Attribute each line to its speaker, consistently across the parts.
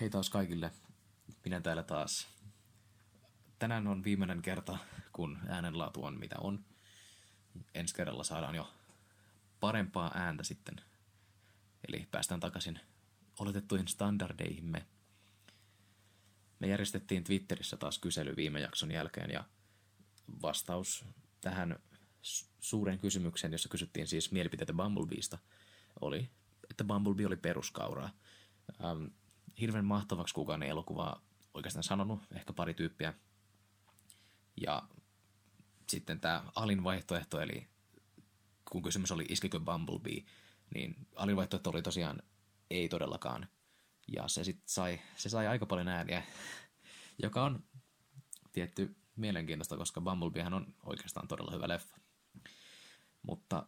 Speaker 1: Hei taas kaikille. Minä täällä taas. Tänään on viimeinen kerta, kun äänenlaatu on mitä on. Ensi kerralla saadaan jo parempaa ääntä sitten. Eli päästään takaisin oletettuihin standardeihimme. Me järjestettiin Twitterissä taas kysely viime jakson jälkeen ja vastaus tähän su- suureen kysymykseen, jossa kysyttiin siis mielipiteitä Bumblebeesta, oli, että Bumblebee oli peruskauraa. Ähm, hirveän mahtavaksi kukaan ei elokuvaa oikeastaan sanonut, ehkä pari tyyppiä. Ja sitten tämä alin vaihtoehto, eli kun kysymys oli iskikö Bumblebee, niin alin vaihtoehto oli tosiaan ei todellakaan. Ja se sitten sai, se sai aika paljon ääniä, joka on tietty mielenkiintoista, koska Bumblebeehän on oikeastaan todella hyvä leffa. Mutta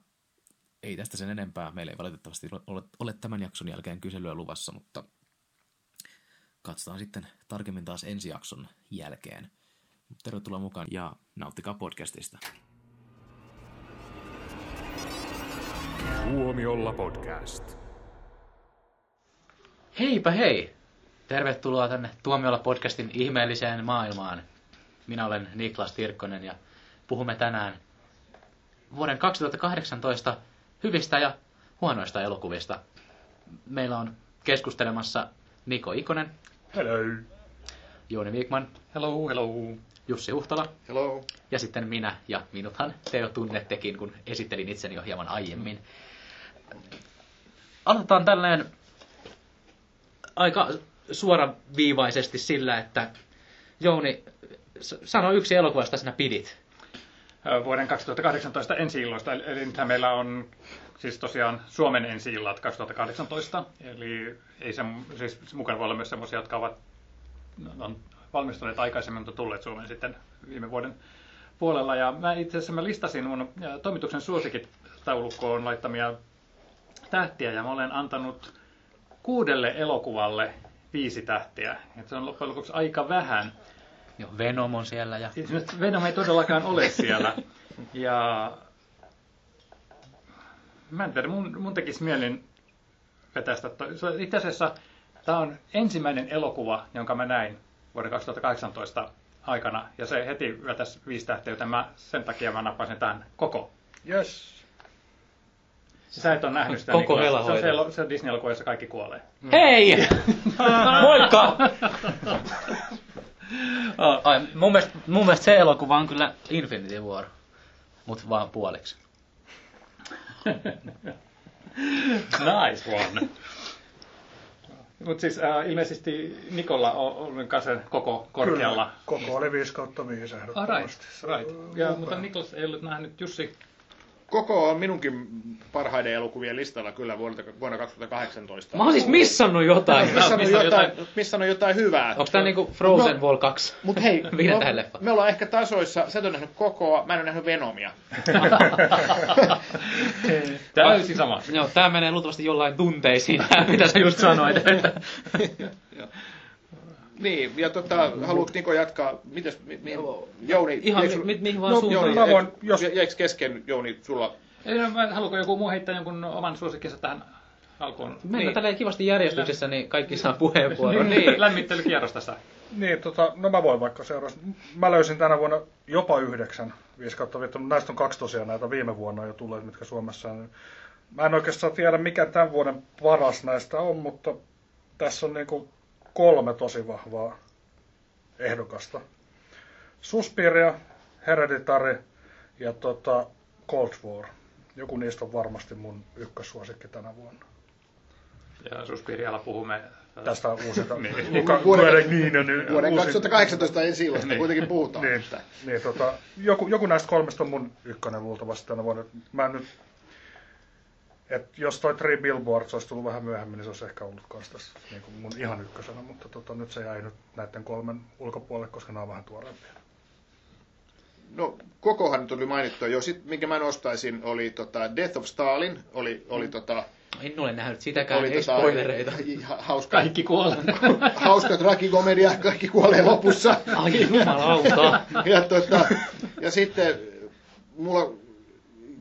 Speaker 1: ei tästä sen enempää. Meillä ei valitettavasti ole, ole tämän jakson jälkeen kyselyä luvassa, mutta katsotaan sitten tarkemmin taas ensi jakson jälkeen. Tervetuloa mukaan ja nauttikaa podcastista.
Speaker 2: Huomiolla podcast.
Speaker 3: Heipä hei! Tervetuloa tänne Tuomiolla podcastin ihmeelliseen maailmaan. Minä olen Niklas Tirkkonen ja puhumme tänään vuoden 2018 hyvistä ja huonoista elokuvista. Meillä on keskustelemassa Niko Ikonen,
Speaker 2: Hello.
Speaker 3: Jouni Viikman,
Speaker 2: Hello, hello.
Speaker 3: Jussi Uhtola
Speaker 2: Hello.
Speaker 3: ja sitten minä. Ja minuthan te jo tunnettekin, kun esittelin itseni jo hieman aiemmin. Aloitetaan tälleen aika suoraviivaisesti sillä, että Jouni, s- sano yksi elokuva, josta sinä pidit.
Speaker 4: vuoden 2018 ensi-illoista. Eli eli nythän meillä on siis tosiaan Suomen ensi-illat 2018, eli ei se, siis mukana voi olla myös semmoisia, jotka ovat on valmistuneet aikaisemmin, mutta tulleet Suomeen sitten viime vuoden puolella. Ja mä itse asiassa mä listasin mun äh, toimituksen suosikit taulukkoon laittamia tähtiä, ja mä olen antanut kuudelle elokuvalle viisi tähtiä. Et se on loppujen lopuksi aika vähän.
Speaker 3: Joo, Venom on siellä ja...
Speaker 4: Siis nyt Venom ei todellakaan ole siellä. Ja mä en tiedä, mun, mun tekisi mielin vetästä. toi- se- Itse asiassa tämä on ensimmäinen elokuva, jonka mä näin vuoden 2018 aikana. Ja se heti vetäisi viisi tähteä, joten mä, sen takia mä nappasin tämän koko.
Speaker 2: Yes.
Speaker 4: Sä et ole nähnyt sitä.
Speaker 3: Koko
Speaker 4: Niklas. se, on
Speaker 3: velahoito.
Speaker 4: se, elo- se on Disney-elokuva, jossa kaikki kuolee.
Speaker 3: Mm. Hei! Moikka! Ai, mun, mielestä, mun mielestä se elokuva on kyllä Infinity War, mutta vaan puoliksi.
Speaker 4: Nice one. Mutta siis äh, ilmeisesti Nikolla on, on myös sen koko korkealla.
Speaker 5: Kyllä, koko oli 5 kautta 5
Speaker 4: Ah,
Speaker 5: ehdottomasti.
Speaker 4: right, right. Ja, mutta Niklas ei ollut nähnyt Jussi.
Speaker 6: Koko on minunkin parhaiden elokuvien listalla kyllä vuodelta, vuonna 2018.
Speaker 3: Mä oon siis missannut jotain.
Speaker 6: missä, on
Speaker 4: missannut
Speaker 6: jotain,
Speaker 4: jotain.
Speaker 6: missä on jotain hyvää.
Speaker 3: Onko tää niinku Frozen
Speaker 6: No.
Speaker 3: Wall 2?
Speaker 6: Mut hei,
Speaker 3: Mikä
Speaker 6: me,
Speaker 3: tähän leffaan?
Speaker 6: me ollaan ehkä tasoissa. Sä et ole nähnyt kokoa, mä en ole nähnyt Venomia.
Speaker 4: Täysin sama.
Speaker 3: Joo, tää menee luultavasti jollain tunteisiin, tää siis mitä sä just sanoit.
Speaker 6: Niin, ja tota, haluat Niko jatkaa? Mites, mi, mi, Jouni?
Speaker 3: Ihan
Speaker 6: jäikö
Speaker 3: mi-
Speaker 6: sul-
Speaker 3: mi- mihin vaan
Speaker 6: no,
Speaker 3: suuntaan.
Speaker 6: Jouni,
Speaker 5: Mä voin,
Speaker 6: jäikö-
Speaker 5: jos-
Speaker 6: jä- jäikö kesken, Jouni, sulla?
Speaker 4: Ei, no, mä- Haluatko joku muu heittää jonkun oman suosikkinsa tähän alkuun?
Speaker 3: Meillä
Speaker 6: Niin.
Speaker 3: tälleen kivasti järjestyksessä, niin kaikki saa puheenvuoron.
Speaker 4: Niin. Lämmittelykierros tässä.
Speaker 5: Niin, tota, no mä voin vaikka seurata. Mä löysin tänä vuonna jopa yhdeksän 5 kautta 5, mutta näistä on kaksi tosiaan näitä viime vuonna jo tulleet, mitkä Suomessa on. Mä en oikeastaan tiedä, mikä tämän vuoden paras näistä on, mutta tässä on niinku kolme tosi vahvaa ehdokasta. Suspiria, Hereditary ja tota Cold War. Joku niistä on varmasti mun ykkössuosikki tänä vuonna.
Speaker 4: Ja suspiirialla puhumme. äh,
Speaker 5: tästä uusilta. niin,
Speaker 6: Niin,
Speaker 5: niin, ka-
Speaker 6: vuoden-
Speaker 5: vuoden, niin, niin, niin,
Speaker 6: Vuoden
Speaker 5: uusi-
Speaker 6: 2018 ensi illasta kuitenkin puhutaan.
Speaker 5: Niin, niin tota, joku, joku näistä kolmesta on mun ykkönen luultavasti tänä vuonna. Mä en nyt, et jos toi Three Billboards olisi tullut vähän myöhemmin, niin se olisi ehkä ollut kans tässä niin kuin mun ihan ykkösenä, mutta tota, nyt se jäi nyt näiden kolmen ulkopuolelle, koska nämä on vähän tuoreempia.
Speaker 6: No, kokohan tuli mainittua jo. Sitten, minkä mä nostaisin, oli tota Death of Stalin. Oli, oli tota,
Speaker 3: En ole nähnyt sitäkään, ei
Speaker 6: tota,
Speaker 3: spoilereita.
Speaker 6: ha- Hauska,
Speaker 4: Kaikki kuolee.
Speaker 6: hauska tragikomedia, kaikki kuolee lopussa.
Speaker 3: Ai jumalauta.
Speaker 6: Ja, tota, ja sitten mulla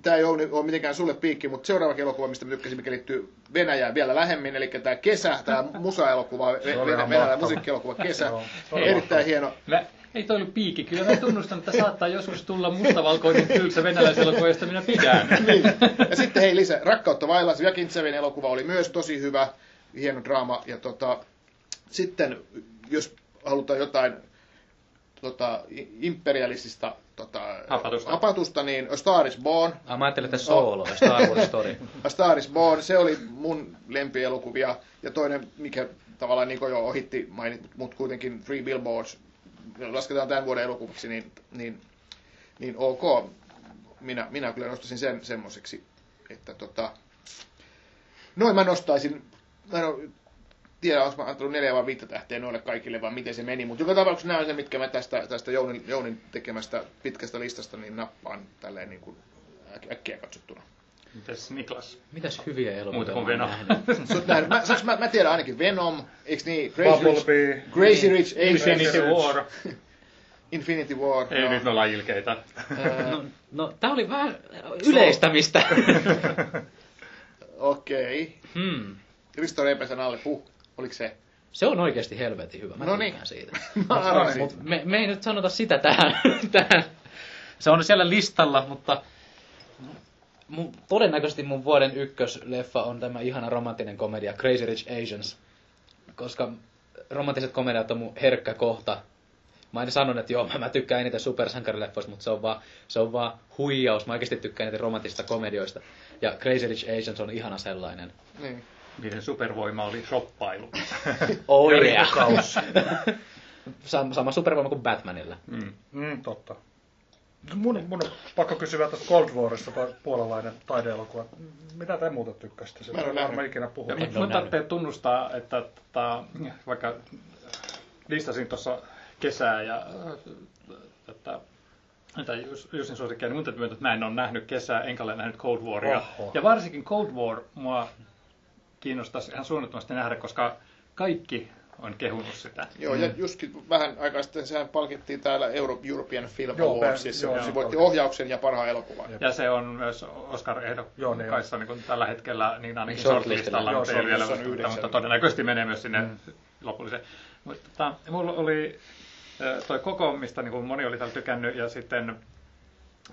Speaker 6: tämä ei ole, ole mitenkään sulle piikki, mutta seuraava elokuva, mistä mä tykkäsin, mikä liittyy Venäjään vielä lähemmin, eli tämä kesä, tämä musa-elokuva, Ve-
Speaker 5: ihan
Speaker 6: Venä-
Speaker 5: mahtava.
Speaker 6: Venäjän musiikkielokuva kesä,
Speaker 5: Joo, se oli
Speaker 6: erittäin hieno.
Speaker 4: Mä, ei toi ollut piikki, kyllä mä tunnustan, että saattaa joskus tulla mustavalkoinen tylsä venäläiselokuva, josta minä pidän.
Speaker 6: Niin. Ja sitten hei lisä, Rakkautta vailla, se Jakintsevin elokuva oli myös tosi hyvä, hieno draama. Ja tota, sitten jos halutaan jotain tota, i- imperialistista tota,
Speaker 4: Hapatusta.
Speaker 6: hapatusta, niin A Star is Born.
Speaker 3: Ah, mä ajattelin, että Solo, Star Wars Story.
Speaker 6: A Star is Born, se oli mun lempielokuvia. Ja toinen, mikä tavallaan niin jo ohitti mainit, mutta kuitenkin Three Billboards, lasketaan tämän vuoden elokuvaksi, niin, niin, niin ok. Minä, minä kyllä nostaisin sen semmoiseksi, että tota, noin mä nostaisin, mä en oo- tiedä, onko mä antanut neljä vai viittä tähteä noille kaikille, vai miten se meni, mutta joka tapauksessa nämä on se, mitkä mä tästä, tästä Jounin, Jounin tekemästä pitkästä listasta niin nappaan tälleen niin kuin äk- äkkiä katsottuna.
Speaker 4: Mitäs Niklas?
Speaker 3: Mitäs hyviä
Speaker 4: Muuta
Speaker 3: elokuvia
Speaker 4: kuin
Speaker 3: mä oon
Speaker 4: Venä.
Speaker 3: nähnyt?
Speaker 6: Sä oot nähnyt, mä, saaks mä, mä tiedän ainakin Venom, eiks niin? Crazy Rich,
Speaker 5: Bumblebee.
Speaker 6: Crazy Rich Asians,
Speaker 4: Infinity War.
Speaker 6: Infinity War.
Speaker 4: Ei, nyt me ollaan ilkeitä.
Speaker 3: No, no tää oli vähän yleistämistä.
Speaker 6: Okei. Okay.
Speaker 3: hmm.
Speaker 6: Risto Repäsen alle, puh. Oliks se?
Speaker 3: Se on oikeasti helvetin hyvä. Mä
Speaker 6: No niin.
Speaker 3: tykkään siitä.
Speaker 6: Mä arvasin.
Speaker 3: Mut me, me ei nyt sanota sitä tähän, tähän. Se on siellä listalla, mutta mun, todennäköisesti mun vuoden ykkösleffa on tämä ihana romanttinen komedia Crazy Rich Asians. Koska romanttiset komediat on mun herkkä kohta. Mä aina sanon, että joo, mä, mä tykkään eniten supersankarileffoista, mutta se on, vaan, se on vaan huijaus. Mä oikeasti tykkään eniten romanttisista komedioista. Ja Crazy Rich Asians on ihana sellainen.
Speaker 6: Niin.
Speaker 4: Niiden supervoima oli shoppailu.
Speaker 3: Oh
Speaker 5: Ja
Speaker 3: yeah.
Speaker 5: rikkaus.
Speaker 3: Sama, sama supervoima kuin Batmanilla.
Speaker 5: Mm, totta. Mun, mun on pakko kysyä tästä Cold Warista, toi puolalainen taideelokuva. Mitä te muuten tykkäsitte
Speaker 6: Mä en
Speaker 5: siitä?
Speaker 6: ole
Speaker 5: Mä en varmaan
Speaker 6: nähnyt.
Speaker 5: ikinä
Speaker 4: Ja
Speaker 5: puhunut.
Speaker 4: mun-
Speaker 3: ole
Speaker 4: mun
Speaker 3: nähnyt.
Speaker 4: tarvitsee tunnustaa, että tota, vaikka listasin tuossa kesää ja äh, tätä että Jussin suosikkia, niin mun täytyy myöntää, että mä en ole nähnyt kesää, enkä ole nähnyt Cold Waria.
Speaker 5: Oho.
Speaker 4: Ja varsinkin Cold War mua kiinnostaisi ihan suunnattomasti nähdä, koska kaikki on kehunut sitä.
Speaker 6: Joo,
Speaker 5: Mm.
Speaker 6: ja justkin vähän aikaa sitten sehän palkittiin täällä Euro- European Film
Speaker 5: Joo,
Speaker 6: Awardsissa.
Speaker 5: joo,
Speaker 6: Joo, se
Speaker 5: joo.
Speaker 6: voitti ohjauksen ja parhaan elokuvan.
Speaker 5: Jep.
Speaker 4: Ja se on myös
Speaker 5: Joo, niin on.
Speaker 4: Oscar-ehdokkaissa niin tällä hetkellä, niin ainakin
Speaker 3: Shortlistilla.
Speaker 4: shortlistalla,
Speaker 5: Joo,
Speaker 4: mutta ei vielä
Speaker 6: shortlistissa on
Speaker 4: mutta,
Speaker 6: yhdeksän.
Speaker 4: mutta todennäköisesti menee myös sinne lopulliseen. Mutta tota, mulla oli ö, toi koko, mistä niin kuin moni oli täällä tykännyt, ja sitten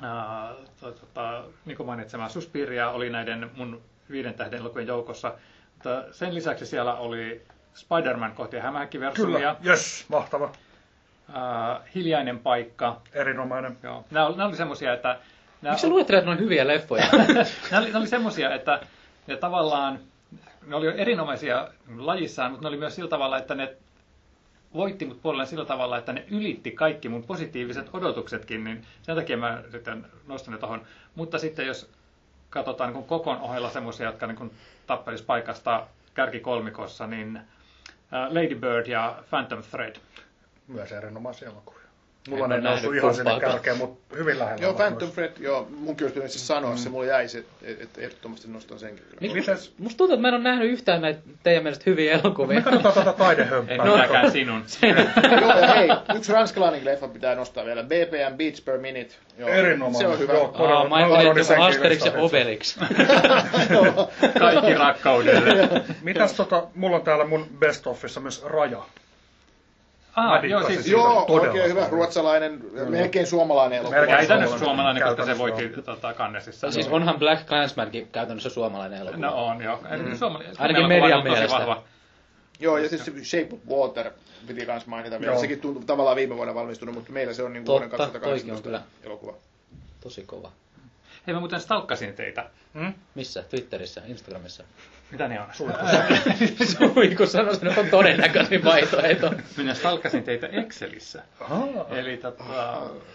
Speaker 4: ää, toi, tota, niin kuin mainitsemaa Suspiria oli näiden mun viiden tähden elokuvien joukossa, mutta sen lisäksi siellä oli Spider-Man kohti hämähäkkiversumia,
Speaker 5: Kyllä, jes, mahtava.
Speaker 4: ää, Hiljainen paikka.
Speaker 5: Erinomainen.
Speaker 4: Joo. Nämä oli, nämä oli semmoisia, että... nämä
Speaker 3: Miksi sä
Speaker 4: on-
Speaker 3: luettelet noin hyviä leffoja?
Speaker 4: ne oli, ne oli semmoisia, että ne tavallaan, ne oli erinomaisia lajissaan, mutta ne oli myös sillä tavalla, että ne voitti mut puolella sillä tavalla, että ne ylitti kaikki mun positiiviset odotuksetkin, niin sen takia mä sitten nostan ne tohon. Mutta sitten jos katsotaan niin kokon ohella semmoisia, jotka niin tappelis paikasta kärkikolmikossa, niin ää, Lady Bird ja Phantom Thread.
Speaker 5: Myös erinomaisia elokuvia. Mulla
Speaker 3: En
Speaker 5: ei
Speaker 3: ole
Speaker 5: noussut
Speaker 3: nähnyt
Speaker 5: ihan sinne
Speaker 3: kumpaakaan.
Speaker 5: kärkeen, mutta hyvin lähellä.
Speaker 6: Joo,
Speaker 5: ovat
Speaker 6: Phantom
Speaker 5: myös.
Speaker 6: Fred, joo, munkin olisi pitänyt se sanoa, siis
Speaker 5: Mm.
Speaker 6: se mulla jäi se, että et, ehdottomasti nostan senkin. kyllä.
Speaker 4: Niin.
Speaker 3: Mik-
Speaker 5: Mites?
Speaker 3: Musta tuntuu, että mä en ole nähnyt yhtään näitä teidän mielestä hyviä elokuvia.
Speaker 5: Me katsotaan tätä
Speaker 4: Ei
Speaker 5: taidehömppää.
Speaker 4: minäkään sinun.
Speaker 6: Joo, ja hei, yksi ranskalainen leffa pitää nostaa vielä, BPM Beats per Minute. Joo,
Speaker 5: Erinomainen.
Speaker 6: Se on hyvä.
Speaker 5: Joo,
Speaker 3: Aa, mä ajattelin,
Speaker 5: Aladdin
Speaker 3: että joku
Speaker 5: senkin
Speaker 3: Asterix ja
Speaker 5: listalla.
Speaker 3: Obelix.
Speaker 4: Kaikki rakkaudelle.
Speaker 5: Mitäs tota, mulla on täällä mun best offissa myös raja.
Speaker 4: Ah,
Speaker 5: Mä
Speaker 4: joo,
Speaker 5: dikkasin
Speaker 4: siis
Speaker 5: siitä.
Speaker 6: Joo,
Speaker 5: Todella
Speaker 6: oikein hyvä.
Speaker 5: paljon.
Speaker 6: Ruotsalainen, melkein suomalainen elokuva.
Speaker 5: Melkein Suomalainen.
Speaker 4: Käytännössä suomalainen, koska se
Speaker 5: Käytännössä
Speaker 4: voitti tota, kannesissa.
Speaker 3: siis onhan Black Clansmankin käytännössä suomalainen elokuva.
Speaker 4: No on, joo. Mm. Suomali,
Speaker 3: Ainakin
Speaker 4: Suomella
Speaker 3: median
Speaker 4: on tosi
Speaker 3: mielestä.
Speaker 4: Vahva.
Speaker 6: Joo, ja sitten se Shape of Water piti myös mainita vielä.
Speaker 5: Joo.
Speaker 6: Sekin tuntuu tavallaan viime vuonna valmistunut, mutta meillä se on niin
Speaker 3: Totta,
Speaker 6: vuoden 2018
Speaker 3: toikin on
Speaker 6: elokuva.
Speaker 3: Tosi kova.
Speaker 4: Hei, mä muuten stalkkasin teitä.
Speaker 3: Missä? Twitterissä? Instagramissa?
Speaker 4: Mitä ne on?
Speaker 3: Suiku sanoi, että nyt on todennäköisin vaihtoehto.
Speaker 4: Minä stalkkasin teitä Excelissä.
Speaker 5: Ahaa,
Speaker 4: Eli tota,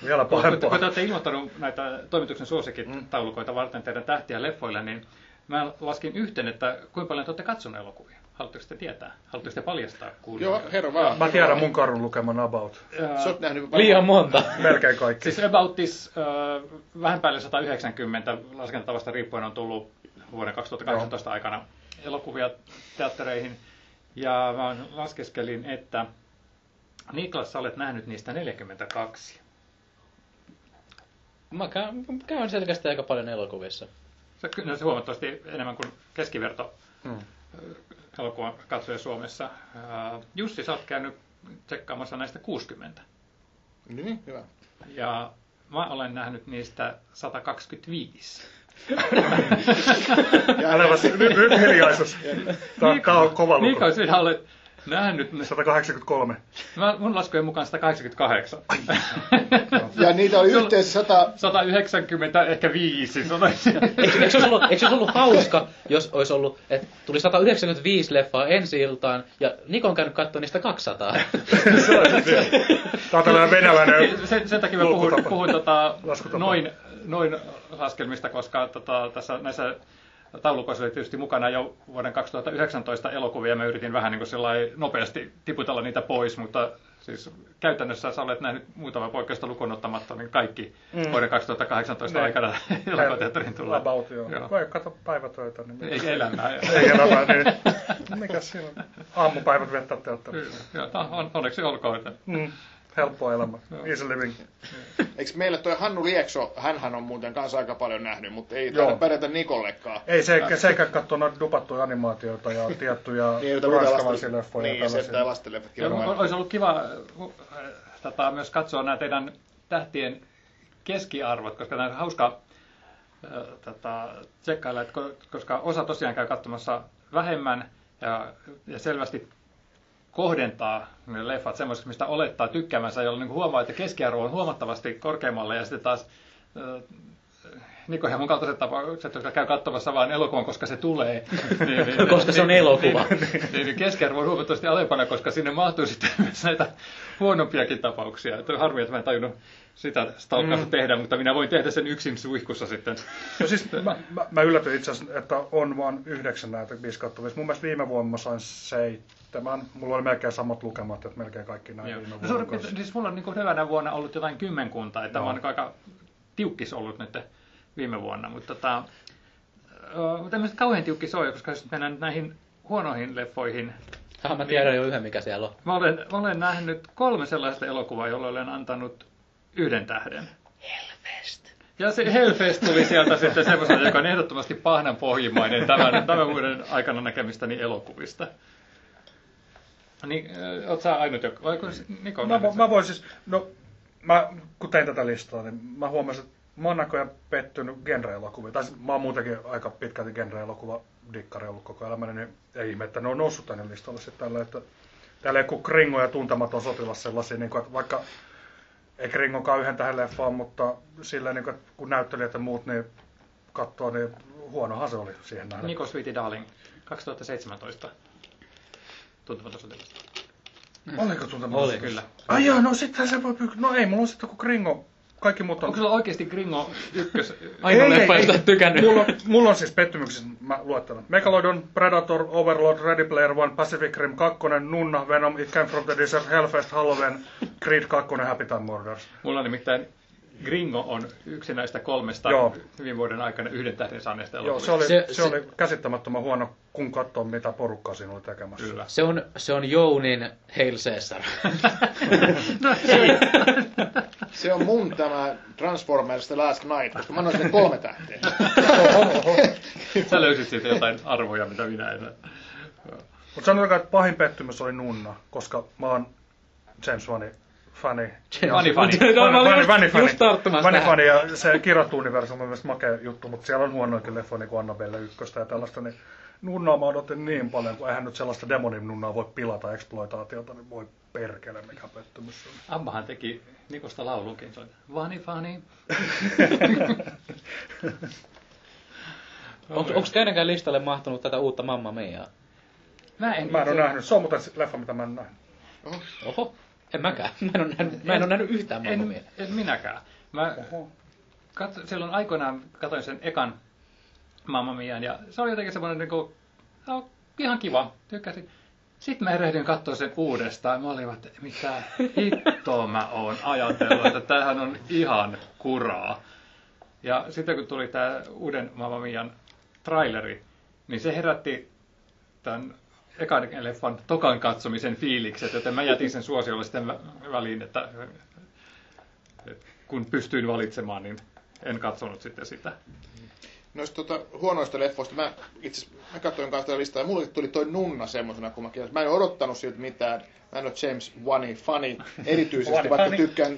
Speaker 5: vielä
Speaker 4: kun, kun, kun te
Speaker 5: pahempaa.
Speaker 4: olette ilmoittanut näitä toimituksen suosikkitaulukoita varten teidän tähtiä leffoille, niin mä laskin yhteen, että kuinka paljon te olette katsonut elokuvia. Haluatteko te tietää? Haluatteko te paljastaa
Speaker 6: Joo,
Speaker 4: kuulijoille?
Speaker 6: herra vaan.
Speaker 5: Mä tiedän mun karun lukeman about.
Speaker 6: Sä oot nähnyt varmaan-
Speaker 3: Liian monta.
Speaker 5: Melkein kaikki.
Speaker 4: Siis about this, äh, vähän päälle 190 laskentatavasta riippuen on tullut vuoden 2018 aikana elokuvia teattereihin. Ja mä laskeskelin, että Niklas, sä olet nähnyt niistä 42.
Speaker 7: Mä käyn, käyn selkeästi aika paljon elokuvissa.
Speaker 4: Se, kyllä se huomattavasti enemmän kuin keskiverto elokuvan katsoja Suomessa. Ää, Jussi, sä oot käynyt tsekkaamassa näistä 60.
Speaker 6: Niin, hyvä.
Speaker 4: Ja mä olen nähnyt niistä 125.
Speaker 5: Älä vasta, nyt, nyt hiljaisuus.
Speaker 6: Niin.
Speaker 5: Tää, tää on kova luku.
Speaker 4: Mika, sinä olet nähnyt, ne?
Speaker 5: 183.
Speaker 4: mä, mun laskujen mukaan 188.
Speaker 6: Ja niitä oli yhteensä sata...
Speaker 4: 190, ehkä 5.
Speaker 7: Eikö, eikö, se olisi ollut, eikö se olisi ollut hauska, jos olisi ollut, että tuli 195 leffaa ensi iltaan, ja Niko on käynyt katsoa niistä 200.
Speaker 5: Tää on tällainen venäläinen.
Speaker 4: sen, sen takia mä puhun,
Speaker 5: Laskutapa.
Speaker 4: puhun tota,
Speaker 5: Laskutapa.
Speaker 4: noin, noin laskelmista, koska tota, tässä, näissä taulukoissa oli tietysti mukana jo vuoden 2019 elokuvia. Mä yritin vähän niin kuin sellai nopeasti tiputella niitä pois, mutta siis käytännössä sä olet nähnyt muutama poikkeusta lukuun ottamatta, niin kaikki mm. vuoden 2018
Speaker 5: Ne.
Speaker 4: aikana elokuvateatterin tulee.
Speaker 5: Niin. About, joo.
Speaker 4: Joo.
Speaker 5: Kun ei kato päivätöitä, niin
Speaker 4: Eikä elämää.
Speaker 5: ei elämää, niin mikäs siinä on? Aamupäivät viettää teatterissa.
Speaker 4: Joo, tää on, onneksi olkoon. Että.
Speaker 5: Mm. Helppoa elämä. Easy living.
Speaker 6: Eikö meillä toi Hannu Liekso, hänhän on muuten kanssa aika paljon nähnyt, mutta ei
Speaker 5: Joo.
Speaker 6: taida pärjätä Nikollekaan.
Speaker 5: Ei se, sekään katsoa noita dupattuja animaatioita ja tiettyjä
Speaker 6: Niin, joita muita
Speaker 5: ranskalaisia
Speaker 6: lasten...
Speaker 5: leffoja ja
Speaker 6: Niin, se, että
Speaker 5: tällaisia.
Speaker 6: lastenleffatkin
Speaker 4: Ja
Speaker 6: on
Speaker 4: on, olisi ollut kiva äh, tota, myös katsoa nämä teidän tähtien keskiarvot, koska nämä on hauska äh, tota, tsekkailla, että ko- koska osa tosiaan käy katsomassa vähemmän ja, ja selvästi kohdentaa ne leffat semmoisiksi, mistä olettaa tykkäämänsä, jolloin niin huomaa, että keskiarvo on huomattavasti korkeammalla ja sitten taas äh, Niko ja mun kaltaiset tapaukset, jotka käy katsomassa vaan elokuvan, koska se tulee. niin, niin,
Speaker 7: Koska se on elokuva.
Speaker 4: Niin, niin, niin keskiarvo on huomattavasti alempana, koska sinne mahtuu sitten myös näitä huonompiakin tapauksia. Että on harmi, että mä en tajunnut sitä stalkkausta mm. tehdä, mutta minä voin tehdä sen yksin suihkussa sitten.
Speaker 5: No siis mä, mä, mä yllätyin itse asiassa, että on vaan yhdeksän näitä 5 kautta viisi. Mun mielestä viime vuonna mä sain seitsemän. Mulla oli melkein samat lukemat, että melkein kaikki näin
Speaker 4: Joo.
Speaker 5: viime
Speaker 4: No,
Speaker 5: vuonna.
Speaker 4: suurin
Speaker 5: kanssa.
Speaker 4: piirtein, siis mulla on niin kuin hyvänä vuonna ollut jotain kymmenkunta, että no. mä oon niin aika tiukkis ollut nyt viime vuonna, mutta tota, ö, mutta en mä sitä kauhean tiukkis ole, koska jos mennään nyt näihin huonoihin leffoihin,
Speaker 7: Ah, mä tiedän jo yhden, mikä siellä on.
Speaker 4: mä olen, mä olen nähnyt kolme sellaista elokuvaa, jolle olen antanut yhden tähden. Ja se Hellfest tuli sieltä sitten semmoisena, joka on ehdottomasti pahnan pohjimmainen tämän, tämän vuoden aikana näkemistäni elokuvista. Niin, ö, oot sä ainut, joka... Vai kun Niko on
Speaker 5: Mä,
Speaker 4: nähnyt
Speaker 5: vo-
Speaker 4: sen?
Speaker 5: mä voin siis, no mä, kun tein tätä listaa, niin mä huomasin, että mä oon näköjään pettynyt genre-elokuviin. Tai siis mä oon muutenkin aika pitkälti genre-elokuva dikkari ollut koko elämäni, niin ei ihme, että ne on noussut tänne listalle sitten tällä, että täällä ei kuin Kringo ja Tuntematon sotilas sellaisia, niin kuin, että vaikka ei Kringonkaan yhden tähän leffaan, mutta sillä niin kuin, että kun näyttelijät ja muut niin katsoo, niin huonohan se oli siihen nähden.
Speaker 4: Niko Sweetie Darling, 2017. Tuntematon sotilas.
Speaker 5: Oliko Tuntematon
Speaker 7: Oli,
Speaker 5: sotilas?
Speaker 4: kyllä.
Speaker 5: Ai joo, no sittenhän se voi pyk- No ei, mulla on sitten kun Kringo, kaikki muut on...
Speaker 4: Onko sulla oikeasti Gringo ykkös?
Speaker 7: Ainoa
Speaker 5: Ei,
Speaker 7: leffa,
Speaker 5: ei,
Speaker 7: josta
Speaker 5: ei.
Speaker 7: olet tykännyt.
Speaker 5: Mulla, on- mulla on siis pettymyksessä, mä luettelen. Megalodon, Predator, Overlord, Ready Player One, Pacific Rim 2, Nunna, Venom, It Came From The Desert, Hellfest, Halloween, Creed 2, Happy Time Murders.
Speaker 4: Mulla nimittäin Gringo on yksi näistä kolmesta
Speaker 5: Joo.
Speaker 4: hyvin vuoden aikana yhden tähden saaneesta
Speaker 5: Joo,
Speaker 4: elokuvista.
Speaker 5: se oli,
Speaker 7: Se-
Speaker 5: se,
Speaker 7: se-
Speaker 5: se oli käsittämättömän huono, kun katsoo mitä porukkaa siinä oli tekemässä.
Speaker 4: Kyllä.
Speaker 7: Se on, se on Jounin Hail Caesar.
Speaker 5: No,
Speaker 6: Se on mun tämä Transformers The Last Night, koska mä annan sinne kolme tähteä.
Speaker 4: Sä löysit siitä jotain arvoja, mitä minä en.
Speaker 5: Mutta sanotaanko, että pahin pettymys oli Nunna, koska mä oon James Vanin fani.
Speaker 4: Fani, fani.
Speaker 7: No, mä olin
Speaker 5: Vani-
Speaker 7: just-
Speaker 5: Vani- Vani-
Speaker 7: just tarttumassa
Speaker 5: Vani-
Speaker 7: tähän.
Speaker 5: Vani ja se kirjattu universumi on myös makea juttu, mutta siellä on huonoikin leffoja niin kuin Annabelle ykköstä ja tällaista, niin nunnaa mä odotin niin paljon, kun eihän nyt sellaista demonin nunnaa voi pilata eksploitaatiota, niin voi perkele, mikä pettymys on.
Speaker 4: Ammahan teki Nikosta laulunkin. Se oli, Vani, fani.
Speaker 7: Onko onks kenenkään listalle mahtunut tätä uutta Mamma Miaa?
Speaker 4: Mä en,
Speaker 5: Mä en ole nähnyt, se on muuten se leffa, mitä mä en nähnyt.
Speaker 7: Oho, en mäkään. Mä en ole nähnyt, mä en ole nähnyt yhtään Mamma Miaa.
Speaker 4: en, en minäkään. Mä katso, silloin aikoinaan katsoin sen ekan Mamma Mian ja se oli jotenkin semmoinen niin kuin, oh, ihan kiva, tykkäsin. Sitten mä erehdyin katsoa sen uudestaan. Mä olin, vaan, että mitä hittoa mä oon ajatellut, että tämähän on ihan kuraa. Ja sitten kun tuli tämä uuden Mamma Mian traileri, niin se herätti tämän ekan leffan tokan katsomisen fiilikset, joten mä jätin sen suosiolle sitten vä- väliin, että kun pystyin valitsemaan, niin en katsonut sitten sitä.
Speaker 6: Noista tota, huonoista leffoista, mä, itse mä katsoin kanssa tätä listaa ja mulle tuli toi Nunna semmosena, kun mä kielsin. Mä en odottanut siltä mitään. Mä en ole James Wani fani erityisesti,
Speaker 5: Wani
Speaker 6: vaikka
Speaker 5: fani.
Speaker 6: tykkään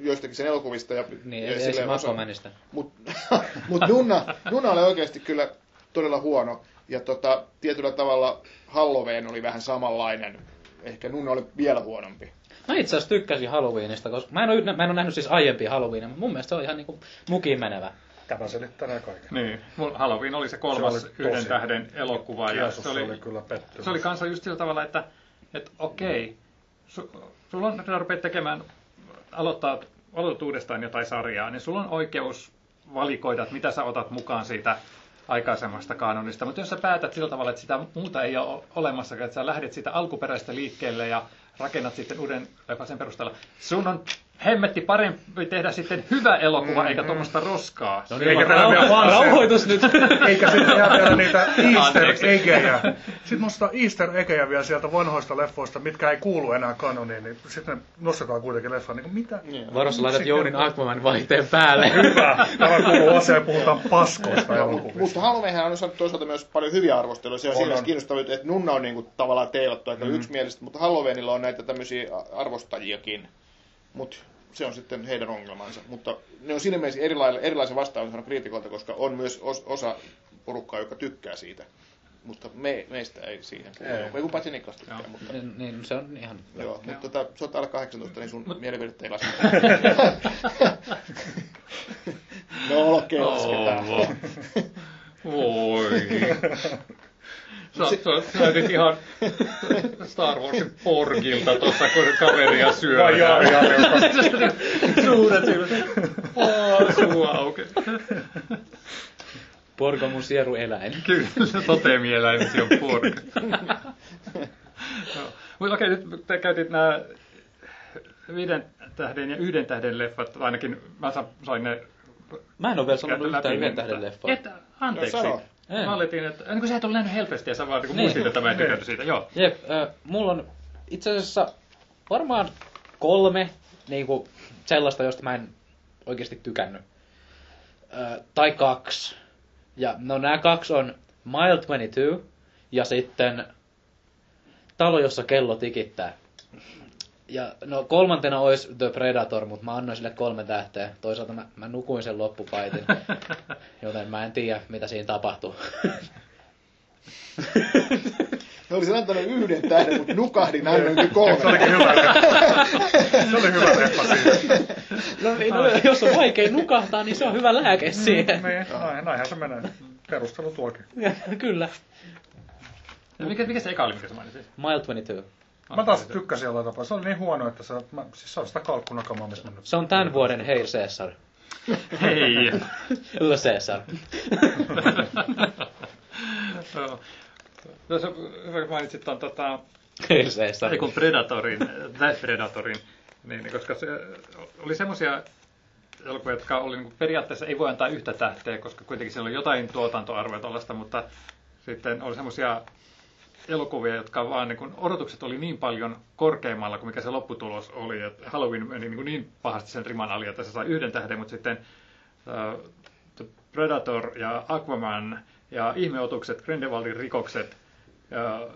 Speaker 6: joistakin sen elokuvista. Ja,
Speaker 3: Niin,
Speaker 6: ja
Speaker 3: ei, ei
Speaker 7: siis
Speaker 6: silleen
Speaker 3: se
Speaker 6: osaan.
Speaker 3: Aquamanista.
Speaker 6: Mut, mut Nunna, Nunna oli oikeasti kyllä todella huono. Ja tota, tietyllä tavalla Halloween oli vähän samanlainen. Ehkä Nunna oli vielä huonompi.
Speaker 3: Mä itse asiassa tykkäsin Halloweenista, koska mä en ole, mä en ole nähnyt siis aiempia Halloweenia, mutta mun mielestä se on ihan niinku mukiin menevä.
Speaker 5: Tämä selittänee kaiken.
Speaker 4: Niin. Mun Halloween oli se kolmas
Speaker 5: Se oli tosi-
Speaker 4: yhden tähden elokuva. Ja
Speaker 5: Jeesus,
Speaker 4: se oli,
Speaker 5: kyllä pettymys.
Speaker 4: se oli kanssa just sillä tavalla, että, että okei, su, sulla on, kun rupeat tekemään, aloittaa, aloitat uudestaan jotain sarjaa, niin sulla on oikeus valikoida, että mitä sä otat mukaan siitä aikaisemmasta kanonista. Mutta jos sä päätät sillä tavalla, että sitä muuta ei ole olemassa, että sä lähdet siitä alkuperäistä liikkeelle ja rakennat sitten uuden leffan sen perusteella, sun on hemmetti parempi tehdä sitten hyvä elokuva, mm-hmm. eikä tuommoista roskaa.
Speaker 5: No niin, Eikä täällä vielä fanseja.
Speaker 3: Rauhoitus nyt!
Speaker 5: Eikä sitten ihan vielä niitä easter
Speaker 4: Anteeksi.
Speaker 5: egejä. Sitten nostetaan easter egejä vielä sieltä vanhoista leffoista, mitkä ei kuulu enää kanoniin, niin sitten ne nostetaan kuitenkin leffaan. Niin kuin mitä?
Speaker 3: Varossa laitat Jounin Aquaman vaihteen päälle.
Speaker 5: Hyvä. Tämä kuuluu asiaan, puhutaan paskoista
Speaker 6: Mutta
Speaker 5: elokuvista.
Speaker 6: mut Halloweenhän on saanut toisaalta myös paljon hyviä arvosteluja. Se on,
Speaker 5: On,
Speaker 6: siinä
Speaker 5: on.
Speaker 6: kiinnostavaa, että Nunna on niinku tavallaan teilattu aika mm-hmm. yksimielisesti, mutta Halloweenilla on näitä tämmöisiä arvostajiakin. Mutta se on sitten heidän ongelmansa. Mutta ne on siinä mielessä erilainen, erilaisen vastaanotton saanut kriitikoilta, koska on myös os, osa porukkaa, joka tykkää siitä. Mutta me, meistä ei siihen kuulu. Ei, kun paitsi Niklas tykkää,
Speaker 4: Joo.
Speaker 6: mutta...
Speaker 3: Niin, niin, se on ihan...
Speaker 6: Joo, mutta tota, sä oot alle 18, niin sun mielipidettä ei lasketa. no okei, okay, lasketaan.
Speaker 4: Voi. Sä, sä, sä näytit ihan Star Warsin porgilta tuossa, kun kaveria syö.
Speaker 5: Vai Jaari, Jaari, joka
Speaker 4: Suuret silmät. Oh, suu auke.
Speaker 3: Porko mun sieru eläin.
Speaker 4: Kyllä, totemieläimesi on porg. no. Mutta okei, nyt te käytit nämä viiden tähden ja yhden tähden leffat, tai ainakin mä sa- sain ne
Speaker 3: Mä en ole vielä sanonut
Speaker 4: käyty läpi.
Speaker 3: yhtään yhden
Speaker 4: niin-
Speaker 3: tähden leffaa.
Speaker 4: Et, anteeksi.
Speaker 6: No, sano.
Speaker 3: En.
Speaker 4: Mä oletin, että niin kun sä et ole nähnyt Hellfestiä, sä vaan niin
Speaker 3: Niin.
Speaker 4: muistit, että mä en tykännyt siitä. Joo.
Speaker 3: Jep, äh, mulla on itse asiassa varmaan kolme niinku, sellaista, josta mä en oikeasti tykännyt. Äh, tai kaksi. Ja no nämä kaksi on Mile 22 ja sitten Talo, jossa kello tikittää. Ja no kolmantena olisi The Predator, mutta mä annoin sille kolme tähteä. Toisaalta mä, mä nukuin sen loppupaitin, joten mä en tiedä, mitä siinä tapahtuu.
Speaker 6: Ne olisin antanut yhden tähden, mutta nukahdin annoinkin kolme.
Speaker 5: Se olikin hyvä. Se oli hyvä leffa siinä.
Speaker 3: No, niin, no, jos on vaikea nukahtaa, niin se on hyvä lääke
Speaker 5: Niin,
Speaker 3: siihen.
Speaker 5: näin- Näinhän se menee. Perustelu tuokin.
Speaker 3: Kyllä.
Speaker 4: No Mikä, mikä se eka oli, mikä sä mainitsit?
Speaker 3: Mile 22.
Speaker 5: Mä taas tykkäsin jollain tapaa. Se oli niin huono, että se, mä, siis se on sitä kalkkunakamaa, missä mä nyt...
Speaker 3: Se on tämän vuoden Hail Caesar.
Speaker 4: Hei!
Speaker 3: Le Caesar.
Speaker 4: Joo. No sä hyvä, kun mainitsit tuon tota,
Speaker 3: Hail Caesar.
Speaker 4: ei kun Predatorin, The Predatorin, niin, niin, koska se oli semmoisia elokuvia, jotka oli niin periaatteessa ei voi antaa yhtä tähteä, koska kuitenkin siellä oli jotain tuotantoarvoa tuollaista, mutta sitten oli semmoisia elokuvia, jotka vaan niin kuin, odotukset oli niin paljon korkeammalla kuin mikä se lopputulos oli. Että Halloween meni niin, kuin niin pahasti sen riman ali, että se sai yhden tähden, mutta sitten äh, The Predator ja Aquaman ja ihmeotukset, Grindelwaldin rikokset, äh,